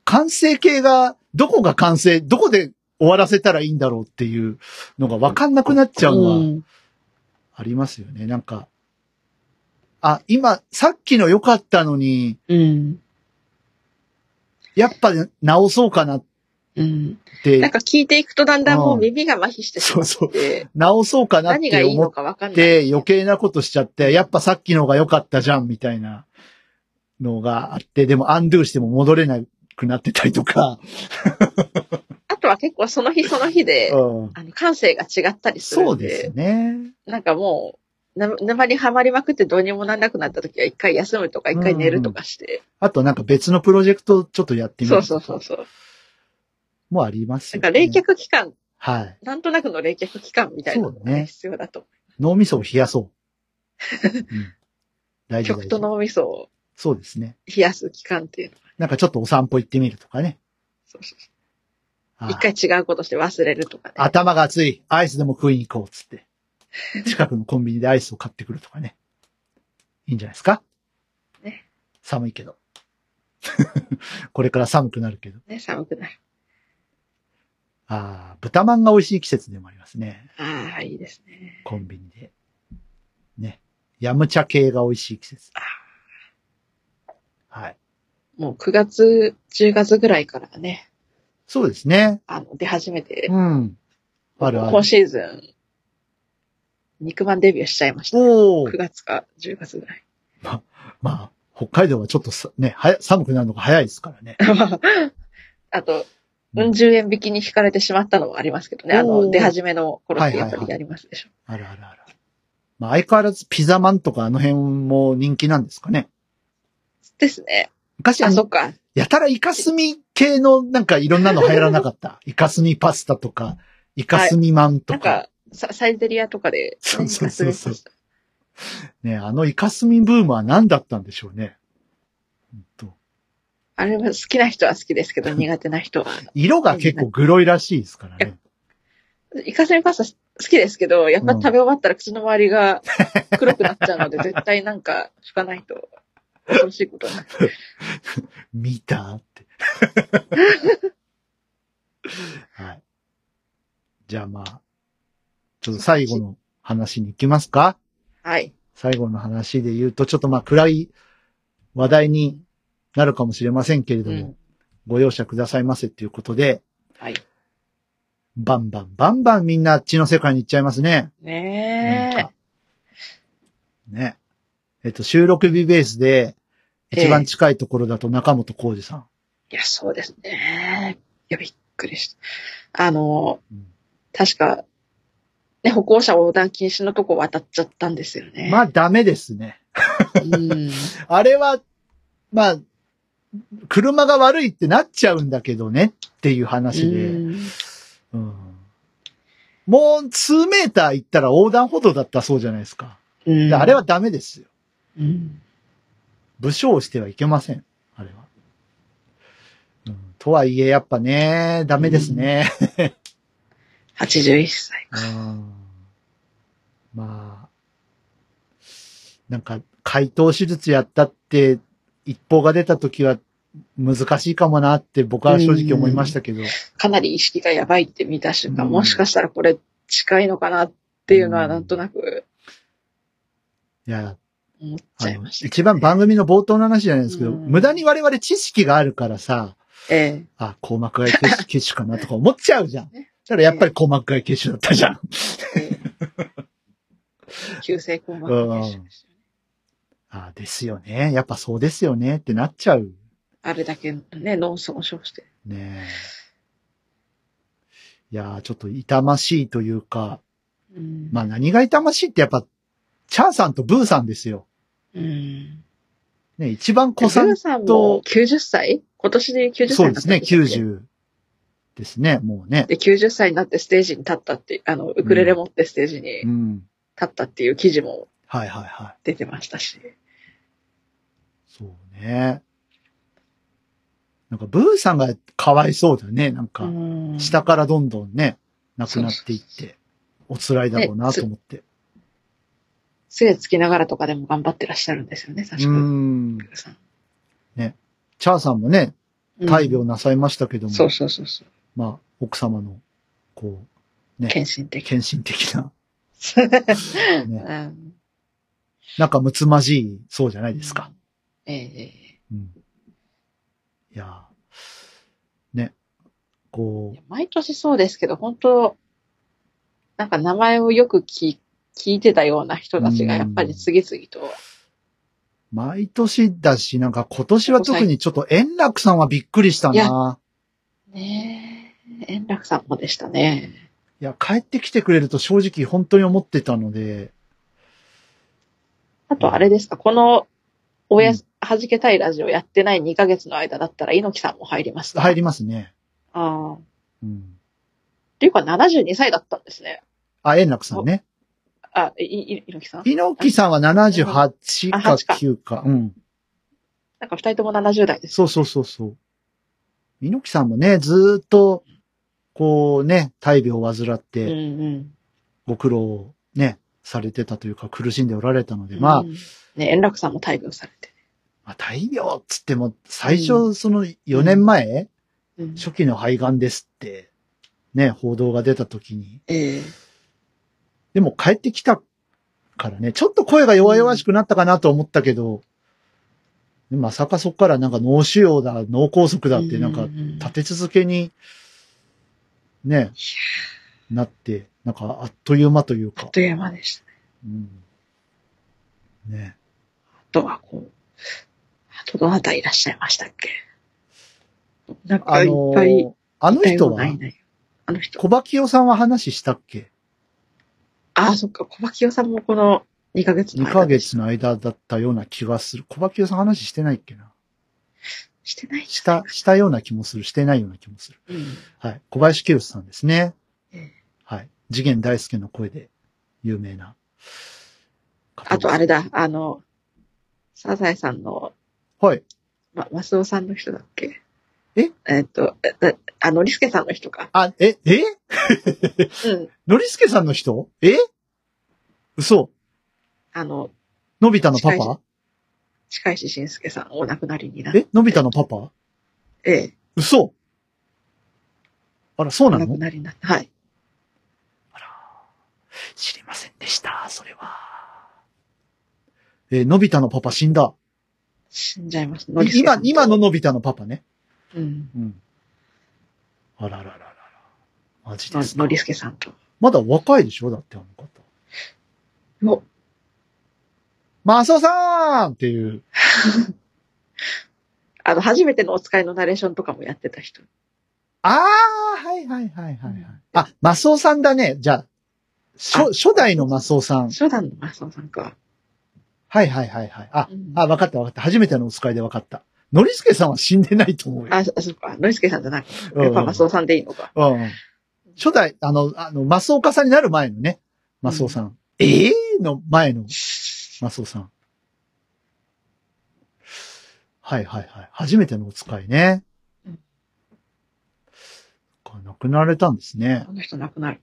B: 完成形が、どこが完成、どこで終わらせたらいいんだろうっていうのがわかんなくなっちゃう
C: う
B: のは
C: ん
B: ありますよね。なんか、あ、今、さっきの良かったのに、
C: うん。
B: やっぱ直そうかなっ
C: うん。なん
B: て、
C: か聞いていくとだんだんもう耳が麻痺してしまって、
B: そう直そうかなっ
C: [laughs] 何が
B: て
C: いい
B: 思
C: の
B: っ
C: かわかんない。
B: で余計なことしちゃって、やっぱさっきのが良かったじゃん、みたいなのがあって、でもアンドゥしても戻れなくなってたりとか、
C: あとは結構その日その日で、
B: うん
C: あの感性が違ったりする
B: そ
C: ん
B: う
C: で、
B: ですね。
C: なんかもう、な沼にはまりまくってどうにもなんなくなった時は一回休むとか一回寝るとかして、
B: あとなんか別のプロジェクトちょっとやってみ
C: そ
B: る
C: うそう
B: と
C: そ
B: か
C: うそう。
B: もあります
C: な
B: よ、
C: ん
B: ね。
C: か冷却期間、
B: はい。
C: なんとなくの冷却期間みたいなの
B: そう
C: が、
B: だね
C: ね、必要だと。
B: 脳みそを冷や
C: [laughs]
B: そう。うん大事
C: 曲
B: 大
C: と
B: 事。
C: 脳みそを
B: そうですね。
C: 冷やす期間っていうのは。
B: なんかちょっとお散歩行ってみるとかね。
C: そうそうそ
B: あ
C: う一回違うことして忘れるとかね。
B: 頭が熱い。アイスでも食いに行こうっつって。近くのコンビニでアイスを買ってくるとかね。いいんじゃないですか
C: ね
B: 寒いけど。 [laughs] これから寒くなるけど。
C: ね、寒くなる。
B: ああ、豚まんが美味しい季節でもありますね。
C: ああ、いいですね。
B: コンビニで。ね。ヤムチャ系が美味しい季節。はい。
C: もう9月、10月ぐらいからね、
B: そうですね。
C: あの、出始めて、
B: うん。あるあ
C: 今
B: る。
C: シーズン、肉まんデビューしちゃいました。
B: お
C: 9
B: ー
C: 月か10月ぐらい。 [laughs]
B: まあ、北海道はちょっとさね、はや寒くなるのが早いですからね。
C: あと、
B: うん
C: うん、10円引きに引かれてしまったのもありますけどね。あ
B: お
C: の、
B: ー
C: 出始めの頃っ
B: はい
C: て
B: はい
C: や
B: はい
C: っぱりやりますでしょ。
B: あるあるある。まあ、相変わらずピザマンとかあの辺も人気なんですかね。
C: ですね。
B: 昔あ
C: あ、そ
B: の
C: っ、か。
B: やたらイカスミ系のなんかいろんなの流行らなか
C: [laughs]
B: った。イカスミパスタとか、イカスミマン
C: な
B: と
C: ん
B: か。
C: か、ササイゼリアとかで、
B: そうそうそうそう
C: なんか
B: ね、あのイカスミブームは何だったんでしょうね。ほんと
C: あれは好きな人は好きですけ
B: [laughs]
C: ど、苦手な人は。
B: 色が結構グロいらしいですからね。
C: イカスミパスタ好きですけど、やっぱ
B: うん
C: 食べ終わったら口の周りが黒くなっちゃうので、絶対なんか拭かないと恐ろしいことになる。
B: [laughs] 見た
C: [laughs]
B: って。はい。じゃあまあ、ちょっと最後の話に行きますか
C: はい。
B: 最後の話で言うと、ちょっとまあ暗い話題になるかもしれませんけれども、
C: うん
B: ご容赦くださいませっていうことで、
C: はい。
B: バンバンバンバンみんなあっちの世界に行っちゃいますね。なん
C: ね
B: かね。えっと、収録日ベースで、一番近いところだと中本浩二さん。
C: え。いや、そうですね。いや、びっくりした。あの、
B: うん
C: 確か、ね、歩行者横断禁止のとこ渡っちゃったんですよね。
B: まあダメですね。
C: うん。
B: あれは、まあ、車が悪いってなっちゃうんだけどねっていう話で。
C: うん
B: うんもう数メーター行ったら横断歩道だったそうじゃないですか。
C: うん
B: であれは、ダメですよ。
C: うん
B: 武将をしてはいけません。あれは。うんとはいえ、やっぱね、ダメですね。
C: 81歳か。
B: うんまあ、なんか、解凍手術やったって、一報が出た時は、難しいかもなって僕は正直思いましたけど。
C: かなり意識がやばいって見た瞬間、
B: うん
C: もしかしたらこれ近いのかなっていうの
B: う
C: は
B: ん
C: なんとなく
B: いや、
C: 思っ
B: あ
C: ちゃい
B: の、
C: ました。
B: 一番番組の冒頭の話じゃないですけど、
C: うん
B: 無駄に我々知識があるからさ、
C: え
B: あ、硬膜外血血腫かなとか思っちゃう
C: [laughs]
B: じゃん。ただやっぱり硬膜外血腫だったじゃん。
C: えええ急性硬膜下血腫でしたね
B: あですよね。やっぱそうですよねってなっちゃう。
C: あれだけね、脳損傷して。
B: ねえ。いやー、ちょっと痛ましいというか、
C: うん
B: まあ何が痛ましいってやっぱ、チャーさんとブーさんですよ。
C: うん。
B: ね、一番子さ
C: ブ
B: ん
C: ー、さんも90歳今年で90歳
B: そう
C: に
B: で
C: なっ
B: す
C: たん
B: ね、
C: したっけ。
B: 90ですね、もうね。
C: で、90歳になってステージに立ったって、あの、ウクレレ持ってステージに
B: う
C: 立
B: ん。
C: ったっていう記事も
B: はいはいはい。
C: 出てましたし。
B: そうね。なんかブーさんがかわいそうだね、なんか。
C: うん
B: 下からどんどんね、なくなっていって、お辛いだろうなと思って。
C: 杖つきながらとかでも頑張ってらっしゃるんですよね、確
B: う
C: かに。
B: ん。
C: さん
B: チャーさんもね、
C: うん
B: 大病なさいましたけども、
C: そうそうそうそう。
B: まあ、奥様の、こね
C: 献身
B: う、
C: 的。
B: 献身的
C: [laughs]
B: な、ね、
C: うん
B: 仲睦まじい、そうじゃないですか。。
C: ええ
B: うん。いやーね、こ
C: いや毎年そうですけど、本当なんか名前をよく聞聞いてたような人たちがやっぱり次々と。
B: う、毎年だし、なんか今年は特にちょっと円楽さんはびっくりした
C: いや
B: な。
C: ねえ、円楽さんもでしたね。
B: いや、帰ってきてくれると正直本当に思ってたので、
C: あとあれですか、この、おや
B: うん
C: す、はじけたいラジオやってない2ヶ月の間だったら猪木さんも入りますか
B: 入
C: り。
B: りますね。
C: ああ。っ
B: うん。
C: ていうか72歳だったんですね。
B: あ、円楽さんね。
C: あ、い、い、猪木さん
B: 猪木さんは78
C: あ
B: か
C: 8か
B: 9か。うん。
C: なんか二人とも70代です。
B: そうそうそうそう。猪木さんもね、ずーっと、こうね、大病を患っ
C: うん
B: て、
C: うん。
B: ご苦労をね、されてたというか、苦しんでおられたので、まあ、
C: うんね、円楽さんも大病されて。
B: まあ大病っつっても、最初、その4年前、
C: うん
B: 初期の肺がんですって、ね、報道が出た時に、
C: ええ
B: でも帰ってきたからね、ちょっと声が弱々しくなったかなと思ったけど、まさかそこからなんか脳腫瘍だ、脳梗塞だってなんか
C: ううん
B: 立て続けに、ね、なって、なんかあっという間という
C: あ
B: か
C: っ。という間でした。
B: うん、ね。
C: あとはこう、あとどなたいらっしゃいましたっけなんか
B: あ
C: いっ
B: の
C: ぱい、い
B: ー、あの
C: たよ
B: 人
C: うな、
B: はい
C: ないあの人。
B: 小葉清さんは話したっけ
C: ああ、そっか、小牧さんもこの2ヶ月の
B: ?2
C: 間
B: ヶ
C: でし
B: 月の間だったような気がする。小葉清さん話してないっけな
C: してない
B: した、したような気もする。してないような気もする。
C: うん
B: はい。小林清さんですね
C: ええ。
B: はい。次元大介の声で有名な方で
C: あ
B: す
C: とあれだ、あの、サザエさんの、
B: はい。
C: ま、マスオさんの人だっけ
B: え
C: えっと、えだあの、リスケさんの人か。
B: あ、え、え
C: うん。
B: のりすけさんの人え嘘
C: あの、
B: のび太のパ
C: 近
B: パ
C: 近石晋介さんお亡くなりになって。
B: えのび太のパパ
C: ええ、
B: 嘘あら、そう
C: お
B: な
C: 亡く
B: の
C: なりになって。はい。
B: 知りませんでした、それは。えーのび太のパパ死んだ。
C: 死んじゃいます。
B: い今、今
C: の
B: ののび太のパパね。
C: りすけさんと。うん。
B: うん。あらららららら。マジ
C: の
B: ですか
C: のりすけさんと。
B: まだ若いでしょだってあの方。
C: お、
B: マサオさんっていう。
C: あの、初めてのお使いのナレーションとかもやってた人。
B: ああ、はいはいはいはい。はいあ、マスオさんだね。じゃあ、初、初代のマスオさん。
C: 初段のマスオさんか。
B: はいはいはいはい。あ
C: う、ん
B: あ、わかったわかった。初めてのお使いでわかった。のりすけさんは死んでないと思うよ。
C: あ、そそっか。のりすけさんじゃない。
B: うん
C: やっぱマスオさんでいいのか。
B: うんうん。初代、あの、あの、マスオカさんになる前のね、マスオさん。ええー、の前のマスオさん。はいはいはい。初めてのお使いね
C: うん。
B: そっか亡くなられたんですね
C: あ。の人亡くなる。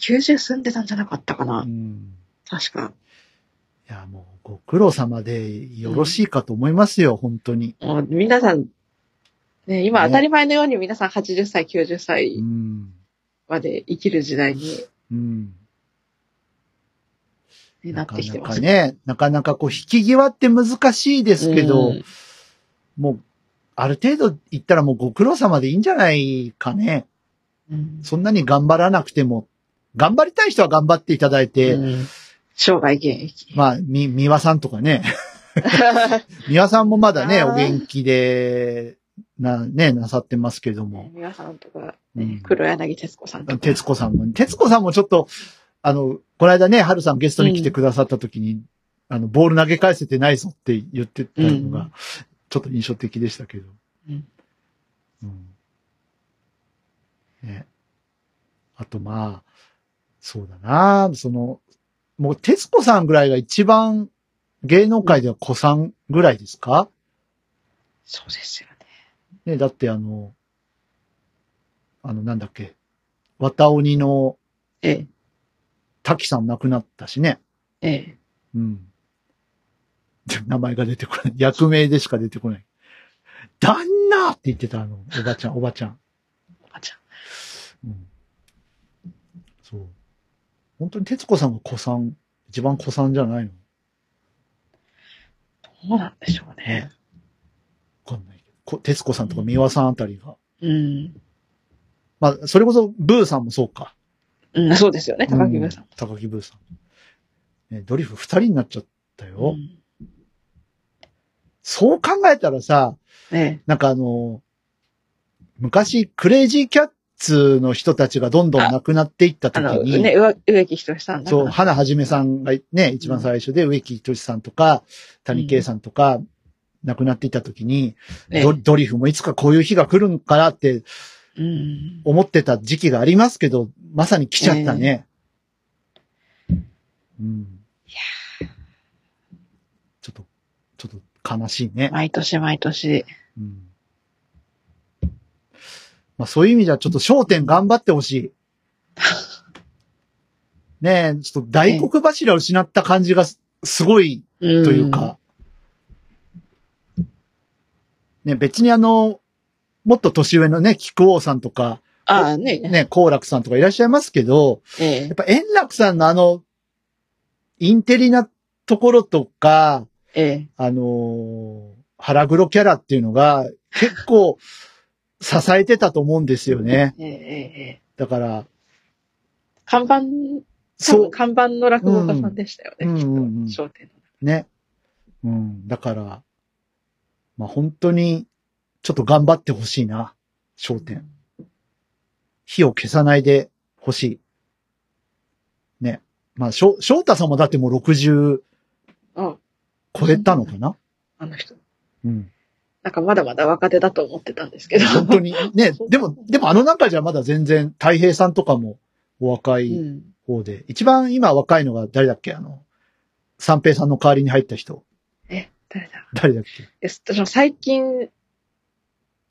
C: 90住んでたんじゃなかったか
B: う
C: な。
B: ん。
C: 確か。
B: いや、もうご苦労様でよろしいかと思いますよ、本当に。
C: もう皆さん、ね、今
B: ね
C: 当たり前のように皆さん80歳、90
B: う
C: 歳
B: ん。
C: まで生きる時代に
B: うん。
C: ねな
B: な
C: っ
B: か
C: てきて
B: な
C: ま
B: か
C: す。
B: ね、なかなかこう、引き際って難しいですけど、
C: うん
B: もう、ある程度言ったらもうご苦労様でいいんじゃないかね。
C: うん
B: そんなに頑張らなくても、頑張りたい人は頑張っていただいて、
C: うん生涯現
B: [laughs]
C: 役。
B: まあ、み、みわさんとかね、 [laughs] みわさんもまだね、
C: あー
B: お元気で、な、ね、なさってますけども
C: ね、皆さんとか、
B: う
C: ね
B: ん、
C: 黒柳徹子さんとか。
B: 徹子さんも、徹子さんもちょっと、あの、この間ね、春さんゲストに来てくださった時に、あの、ボール投げ返せてないぞって言ってたの
C: う
B: が
C: ん、
B: ちょっと印象的でしたけど。
C: うん
B: うんね。あと、まあ、そうだな、その、もう、徹子さんぐらいが一番、芸能界では子さんぐらいですか、
C: そうですよね。
B: ね、だってあの、あの、なんだっけ、綿鬼の
C: ええ、
B: 滝さん亡くなったしね。
C: ええ。
B: うん。で名前が出てこない。役名でしか出てこない。旦那って言ってた、あの、おばちゃん、おばちゃん。
C: おばちゃん。
B: うん。そう。本当に徹子さんが子さん、一番子さんじゃないの
C: どうなんでしょうね。
B: わかんないけどこ。徹子さんとか三輪さんあたりが。
C: うん。
B: まあ、それこそ、ブーさんもそうか。
C: うん、そうですよね、高木部さん
B: う。高木ブーさん。ね、ドリフ二人になっちゃったよ。
C: うん
B: そう考えたらさ、
C: ね
B: なんかあの、昔、クレイジーキャッツの人たちがどんどん亡くなっていった
C: あ
B: 時
C: の、
B: に、
C: ね、上植木仁さんだか
B: そう、
C: ら。
B: 花はじめさんがね、一番最初で植木仁さんとか、谷圭さんとか、亡くなっていった時に、
C: ね
B: ドドリフもいつかこういう日が来るんかなって
C: うん。
B: 思ってた時期がありますけど、まさに来ちゃったね。うん。ちょっと、ちょっと悲しいね。
C: 毎年毎年。
B: うんまあそういう意味じゃちょっと焦点頑張ってほしい。ねえ、ちょっと大黒柱を失った感じがすすごいと
C: と
B: いうか。ね別にあの、もっと年上のね、菊王さんとか、
C: ああ、ね、
B: ね、幸楽さんとかいらっしゃいますけど、
C: え
B: や
C: え
B: っ、ぱ円楽さんのあの、インテリなところとか、
C: ええ、
B: あのー腹黒キャラっていうのが結構支えてたと思うんですよね。
C: ええ、ええ。
B: だから、
C: 看板、そ、
B: そう
C: 看板の落語家さんでしたよね、
B: うん
C: きっと
B: うんうんうん。
C: 商店の。
B: うね。うん。だから、まあ本当にちょっと頑張ってほしいな。焦点。火を消さないでほしい。ね。まあ、しょ翔太さんもだってもう60
C: うん、
B: 超えたのかな
C: あの人。
B: うん。
C: なんかまだまだ若手だと思ってたんですけど。
B: 本当に。 [laughs] ね。でも、でもあの中じゃまだ全然、太平さんとかもお若い。
C: [laughs] うん。
B: 方で、一番今若いのが誰だっけあの、三平さんの代わりに入った人。
C: え、誰だ
B: 誰だっけ
C: え、その最近、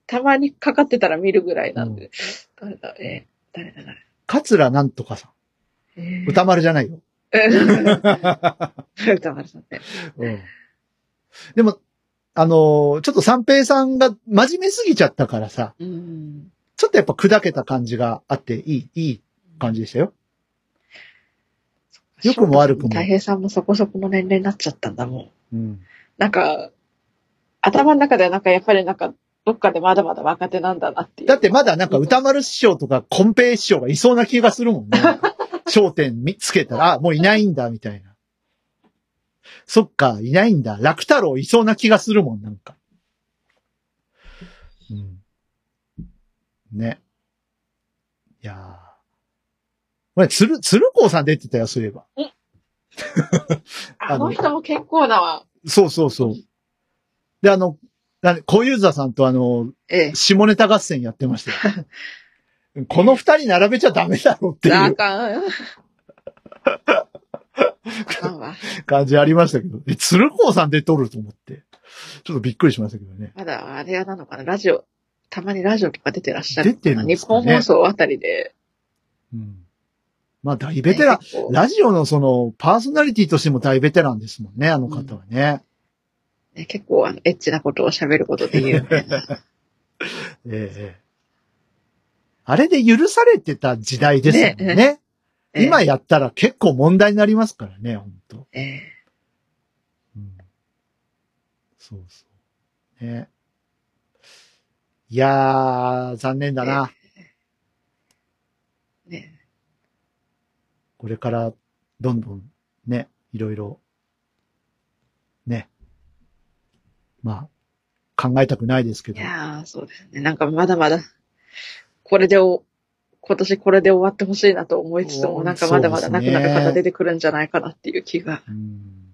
C: たまにかかってたら見るぐらいなんで。誰だえ、誰だ誰
B: 桂なんとかさん。
C: だ。
B: 歌丸じゃないよ。
C: うん。 [laughs] 歌丸さんね。
B: うん。でも、あのーちょっと三平さんが真面目すぎちゃったからさ、
C: うん。
B: ちょっとやっぱ砕けた感じがあって、いい、いい感じでしたよ。良くも悪くも
C: 大平さんもそこそこの年齢になっちゃったんだも
B: う
C: ん。
B: ん。
C: なんか、頭の中ではなんかやっぱりなんか、どっかでまだまだ若手なんだなっていう。
B: だってまだなんか歌丸師匠とかコンペイ師匠がいそうな気がするもんね。焦点見つけたら、あ、もういないんだ、みたいな。そっか、いないんだ。楽太郎いそうな気がするもん、なんか。うん。ね。いやー。これ、鶴、鶴光さん出てたよ、そういえば。
C: あの人も結構なわ。
B: そうそうそう。で、あの、なん小遊三さんとあの、
C: え
B: 下ネタ合戦やってましたよ。 [laughs] この二人並べちゃダメだろって
C: え。
B: い
C: あ
B: う [laughs]
C: かん。あかんわ。
B: 感じありましたけど、え、鶴光さんで撮ると思って、ちょっとびっくりしましたけどね。
C: まだあれなのかな、ラジオ。たまにラジオとか出てらっしゃる。
B: 出てるんで
C: 日
B: すかね
C: 本放送あたりで、
B: うん。まあ大ベテラン、
C: 結構
B: ラジオのその、パーソナリティとしても大ベテランですもんね、あの方はね。
C: ね結構あの、エッチなことを喋ることで有名な。
B: ええあれで許されてた時代ですもんね。 [laughs] 今
C: え
B: やったら結構問題になりますからね、本当
C: ええ
B: うんそうそう。ね。いやー、残念だな。
C: えね
B: これから、どんどん、ね、いろいろ、ね。まあ、考えたくないですけ
C: い
B: ど。
C: やー、そうですね。なんかまだまだ、これでお、今年これで終わってほしいなと思いつつ
B: お
C: も、
B: ー
C: なんかまだまだ
B: そう
C: な
B: で
C: く
B: すね
C: なる方出てくるんじゃないかなっていう気が。
B: うん。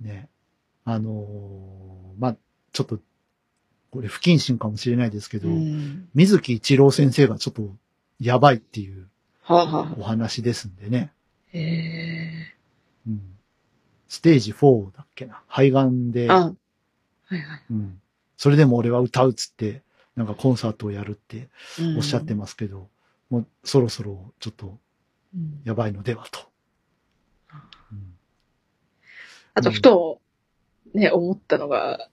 B: ね。あのーまあ、ちょっと、これ不謹慎かもしれないですけど、
C: うん。
B: 水木一郎先生がちょっと、やばいっていう
C: はあ、はあ、
B: お話ですんでね。
C: へえ
B: うんステージ4だっけな。肺がんで、
C: あ、はいはい。
B: うん、それでも俺は歌うっつって、なんかコンサートをやるっておっしゃって
C: ま
B: ますけど、もうそろそろちょっと
C: す。うん
B: やばいのではと。うん
C: あと、ふと、ね、思ったのが、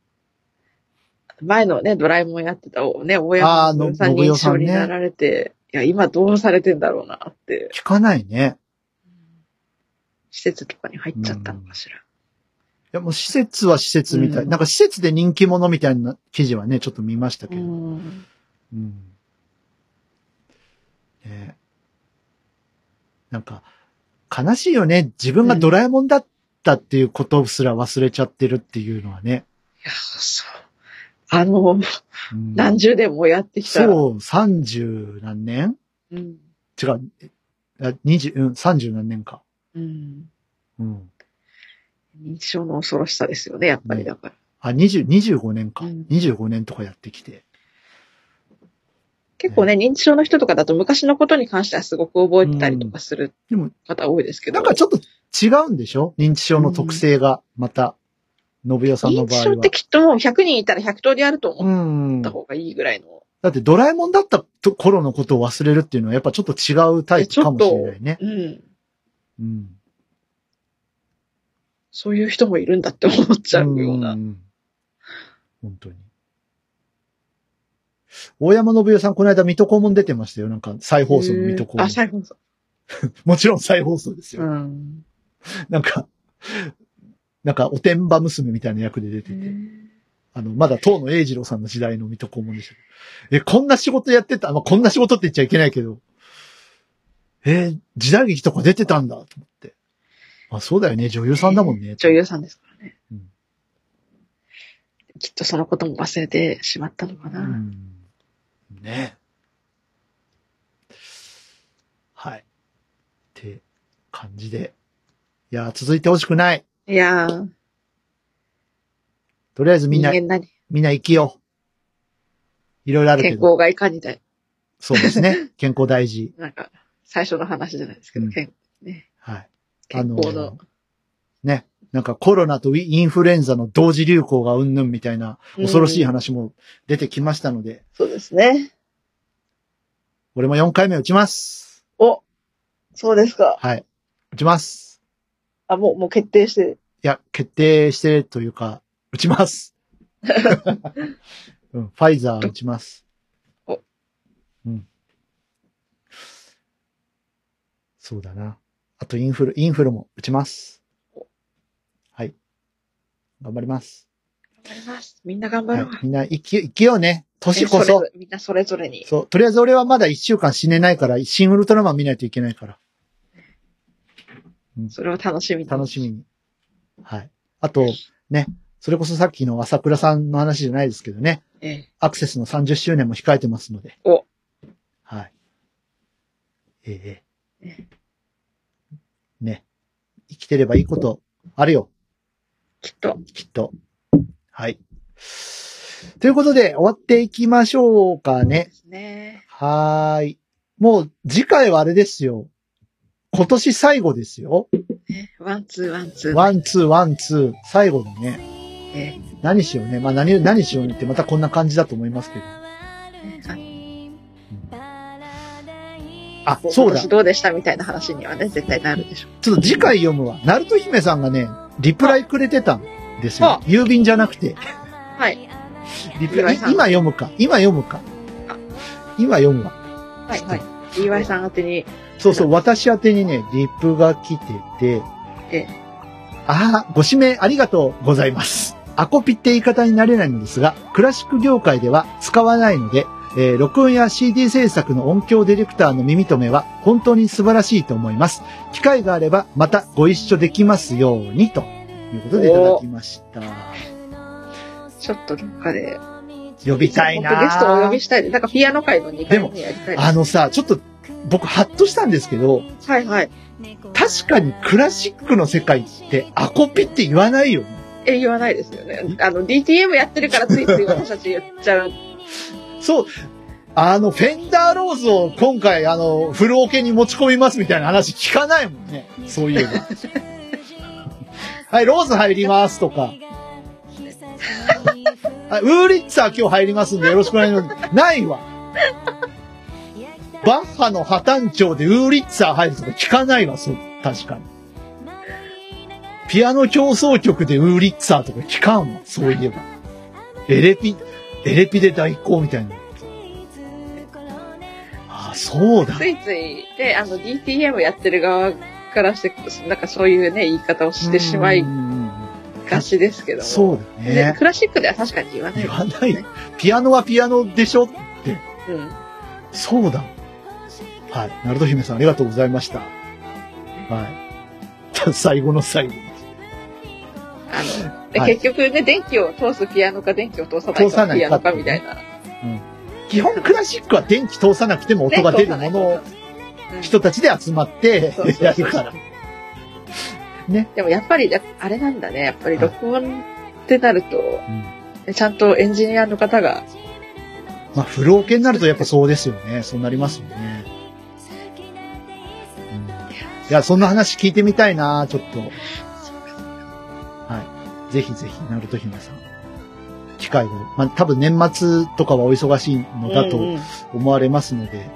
C: 前のね、ドラえもんやってた、ね、大
B: あー
C: 山
B: の
C: さ
B: 信
C: ん
B: 代
C: 認
B: さ
C: 証
B: んね
C: になられて、いや、今どうされてんだろうなって、
B: 聞かないね。
C: 施設とかに入っちゃったのかしら。
B: いやもう施設は施設みたい。
C: うん
B: なんか施設で人気者みたいな記事はね、ちょっと見ましたけ
C: う
B: ど。
C: ん。
B: うんね、なんか、悲しいよね。自分がドラえもんだったっていうことすら忘れちゃってるっていうのはね。
C: いや、そう。あ
B: う
C: の、
B: ん
C: 何十年もやってきた。う。
B: そう、三十何年
C: うん。
B: 違う、あ二十、うん、三十何年か。
C: うん。
B: うん。
C: 認知症の恐ろしさですよね、やっぱりだから。
B: あ、二十、二十五年か。
C: うん
B: 二十五年とかやってきて。
C: 結構ね、認知症の人とかだと昔のことに関してはすごく覚えてたりとかする
B: でも、
C: 方多いですけど。
B: なんかちょっと違うんでしょ認知症の特性が、また、信代さんの
C: 認
B: 場
C: 知
B: 合
C: 症
B: は
C: って。きっともう100人いたら100通りあると
B: う
C: 思っ
B: ん。
C: た
B: だ
C: 方がいいぐらいの。
B: ってドラえもんだったと頃のことを忘れるっていうのはやっぱちょっと違うタイプかもしれないね。
C: うん。
B: うん。
C: そういう人もいるんだって思っちゃうような。
B: ん本当に。大山信代さん、この間、水戸黄門出てましたよ。なんか、再放送の水戸黄門。
C: あ、再放送。
B: もちろん再放送ですよ。
C: ん。
B: なんか、なんか、おてんば娘みたいな役で出てて、あの、まだ当の英二郎さんの時代の水戸黄門でしたけど。え、こんな仕事やってたまあ、こんな仕事って言っちゃいけないけど、えー時代劇とか出てたんだ、と思って。あ、そうだよね、女優さんだもんね。
C: 女優さんですからね。
B: うん
C: きっとそのことも忘れてしまったのかな。
B: うんねえはい。って感じで。いやー、続いてほしくない。
C: いやー、
B: とりあえずみん
C: 人
B: な、
C: 間何
B: みんな生きよう。いろいろあるけ
C: 健
B: ど。
C: 康がいかにだい
B: そうですね。健康大事。
C: なんか、最初の話じゃないですけど、
B: うん
C: 健
B: はい。あ
C: 健
B: の
C: 康
B: ー
C: の。、
B: ね。なんかコロナとインフルエンザの同時流行がうんぬんみたいな恐ろしい
C: うん
B: 話も出てきましたので、
C: そうですね。
B: 俺も4回目打ちます。
C: お、そうですか。
B: はい。打ちます。
C: あ、もう、もう決定して。
B: いや、決定してというか、打ち
C: [laughs]
B: ます。うん、ファイザー打ちます。
C: お
B: うん。そうだな。あとインフル、インフルも打ちます
C: お。
B: はい。頑張ります。
C: 頑張ります。みんな頑張
B: は
C: ろ。、
B: いうみんな生き、生きようね。年こ
C: れ
B: そ
C: ぞ。れみんなそれぞれに。
B: そう。とりあえず俺はまだ一週間死ねないから、新ウルトラマン見ないといけないから。
C: それを楽しみに
B: 楽しみに。はい。あと、ね、それこそさっきの朝倉さんの話じゃないですけどね、
C: ええ。
B: アクセスの30周年も控えてますので。
C: お
B: はい。ええ
C: え
B: ね。生きてればいいことあるよ、
C: きっと。
B: きっと。はい。ということで、終わっていきましょうかね
C: で。すね。
B: はーい。もう次回はあれですよ。今年最後ですよ。
C: ねワン、ツー、ワン、ツー。
B: ワン、ツー、ワン、ツー。最後だね。
C: ええ
B: 何しようね。まあ何、何しようにってまたこんな感じだと思いますけど。あ、そうだ。
C: 私どうでしたみたいな話にはね、絶対なるでしょ
B: ちょっと次回読むわ。ナルト姫さんがね、リプライくれてたんですよ
C: あ。
B: 郵便じゃなくて。
C: い
B: リプライ、
C: リプライ
B: 今読むか。今読むか
C: あ。
B: 今読むわ。
C: う。はいはい。DY さん宛てに、
B: そうそう、私宛てにね、リプが来てて、
C: え
B: ああ、ご指名ありがとうございます。アコピって言い方になれないんですが、クラシック業界では使わないので、えー録音や CD 制作の音響ディレクターの耳と目は本当に素晴らしいと思います。機会があればまたご一緒できますように、ということでいただきました。
C: ちょっとどっかで、
B: 呼びたい
C: 本当ゲストをお
B: な
C: 呼びしたい。なんかピアノ会の2回目やりたいです。
B: あのさ、ちょっと僕ハッとしたんですけど、
C: はいはい。
B: 確かにクラシックの世界ってアコピって言わないよね。
C: え、言わないですよね。あの、DTM やってるからついつい私たち言っち
B: [laughs]
C: ゃう。
B: そう。あの、フェンダーローズを今回、あの、フルオケに持ち込みますみたいな話聞かないもんね。そう
C: [laughs]
B: いうの。はい、ローズ入りますとか。はいウーリッツァー今日入りますんでよろしくお願いします。ないわ。バッハの破綻調でウーリッツァー入るとか聞かないわ、そう。確かに。ピアノ競争曲でウーリッツァーとか聞かんわ、そういえば。エレピ、エレピで代行みたいな。ああ、そうだ。
C: ついつい、で、あの、DTM やってる側からして、なんかそういうね、言い方をしてしまい
B: うんうんうん
C: がちですけども。
B: そうだ
C: ね
B: ね。
C: クラシックでは確かに言わない、
B: 言わない。ピアノはピアノでしょって。
C: うん。
B: そうだ。はい。ナルト姫さんありがとうございました。はい。最後の最後。
C: あの、で
B: はい
C: 結局ね、電気を通すピアノか電気を通さない
B: 通さ
C: か
B: ないか
C: ピアノかみたいな。
B: 基本クラシックは電気通さなくても音が出るものを
C: うん
B: 人たちで集まって
C: そうそうそう
B: やるから。
C: でもやっぱり、あれなんだね、やっぱり録音ってなると、
B: うん
C: ちゃんとエンジニアの方が、
B: まあ、フルオケになるとやっぱそうですよね。そうなりますよね。うんいや、そんな話聞いてみたいなちょっと。はい。ぜひぜひ、ナルト姫さん。機会を。まあ、多分年末とかはお忙しいのだ
C: うん
B: と
C: うん
B: 思われますので。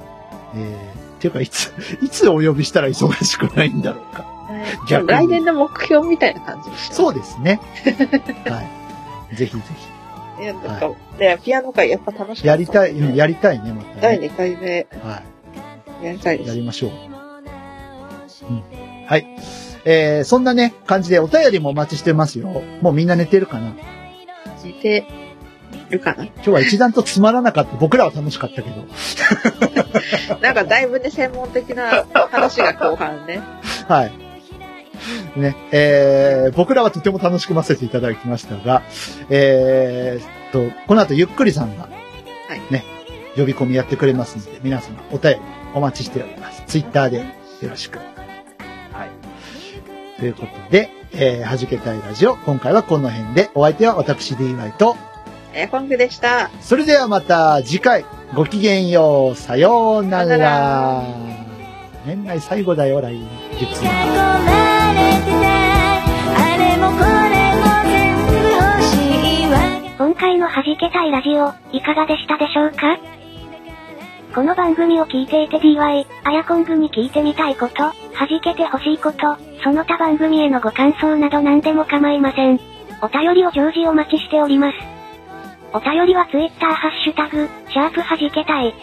B: えー、っていうか、いつ、 [laughs] いつお呼びしたら忙しくないんだろうか。逆に
C: 来年の目標みたいな感じでした。
B: そうですね。はい。ぜひぜ
C: いやなんか、ね、ピアノ会やっぱ楽し
B: ひ。
C: か
B: や
C: った
B: りたい、うんやりたいね、また
C: 第
B: ね。
C: 2回
B: は
C: 目
B: い。
C: やりたいで
B: や
C: す。
B: りましょう。うんはい。えー、そんなね、感じでお便りもお待ちしてますよ。もうみんな寝てるかな。
C: 似てるかな
B: 今日は一段とつまらなかった。僕らは楽しかったけど。
C: なんかだいぶね、専門的な話が後半ね。
B: はい。ね、えー、僕らはとても楽しくませていただきましたが、えー、と、この後ゆっくりさんが、
C: い
B: ね、呼び込みやってくれますので、皆様お便りお待ちしております。ツイッターでよろしく。はい。ということで、えー、はじけたいラジオ、今回はこの辺で、お相手は私 DY と、
C: エアコングでした。
B: それではまた次回、ごきげんよう、さような
C: さよう
B: ら
C: なら。
B: 年内最後だよ、来
D: 囲まれてて
B: 月。
D: あれもこれも全部欲しいわ
A: 今回の弾けたいラジオ、いかがでしたでしょうかこの番組を聞いていて DY、アヤコングに聞いてみたいこと、弾けてほしいこと、その他番組へのご感想など何でも構いません。お便りを常時お待ちしております。お便りは Twitter ハッシュタグ、シャープ弾けたい。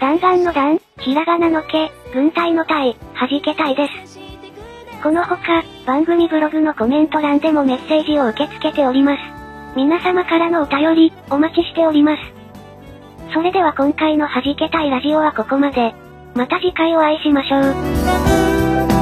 A: 弾丸の弾、ひらがなのけ、軍隊の隊、弾けたいです。この他、番組ブログのコメント欄でもメッセージを受け付けております。皆様からのお便り、お待ちしております。それでは今回の弾けたいラジオはここまで。また次回お会いしましょう。
D: 「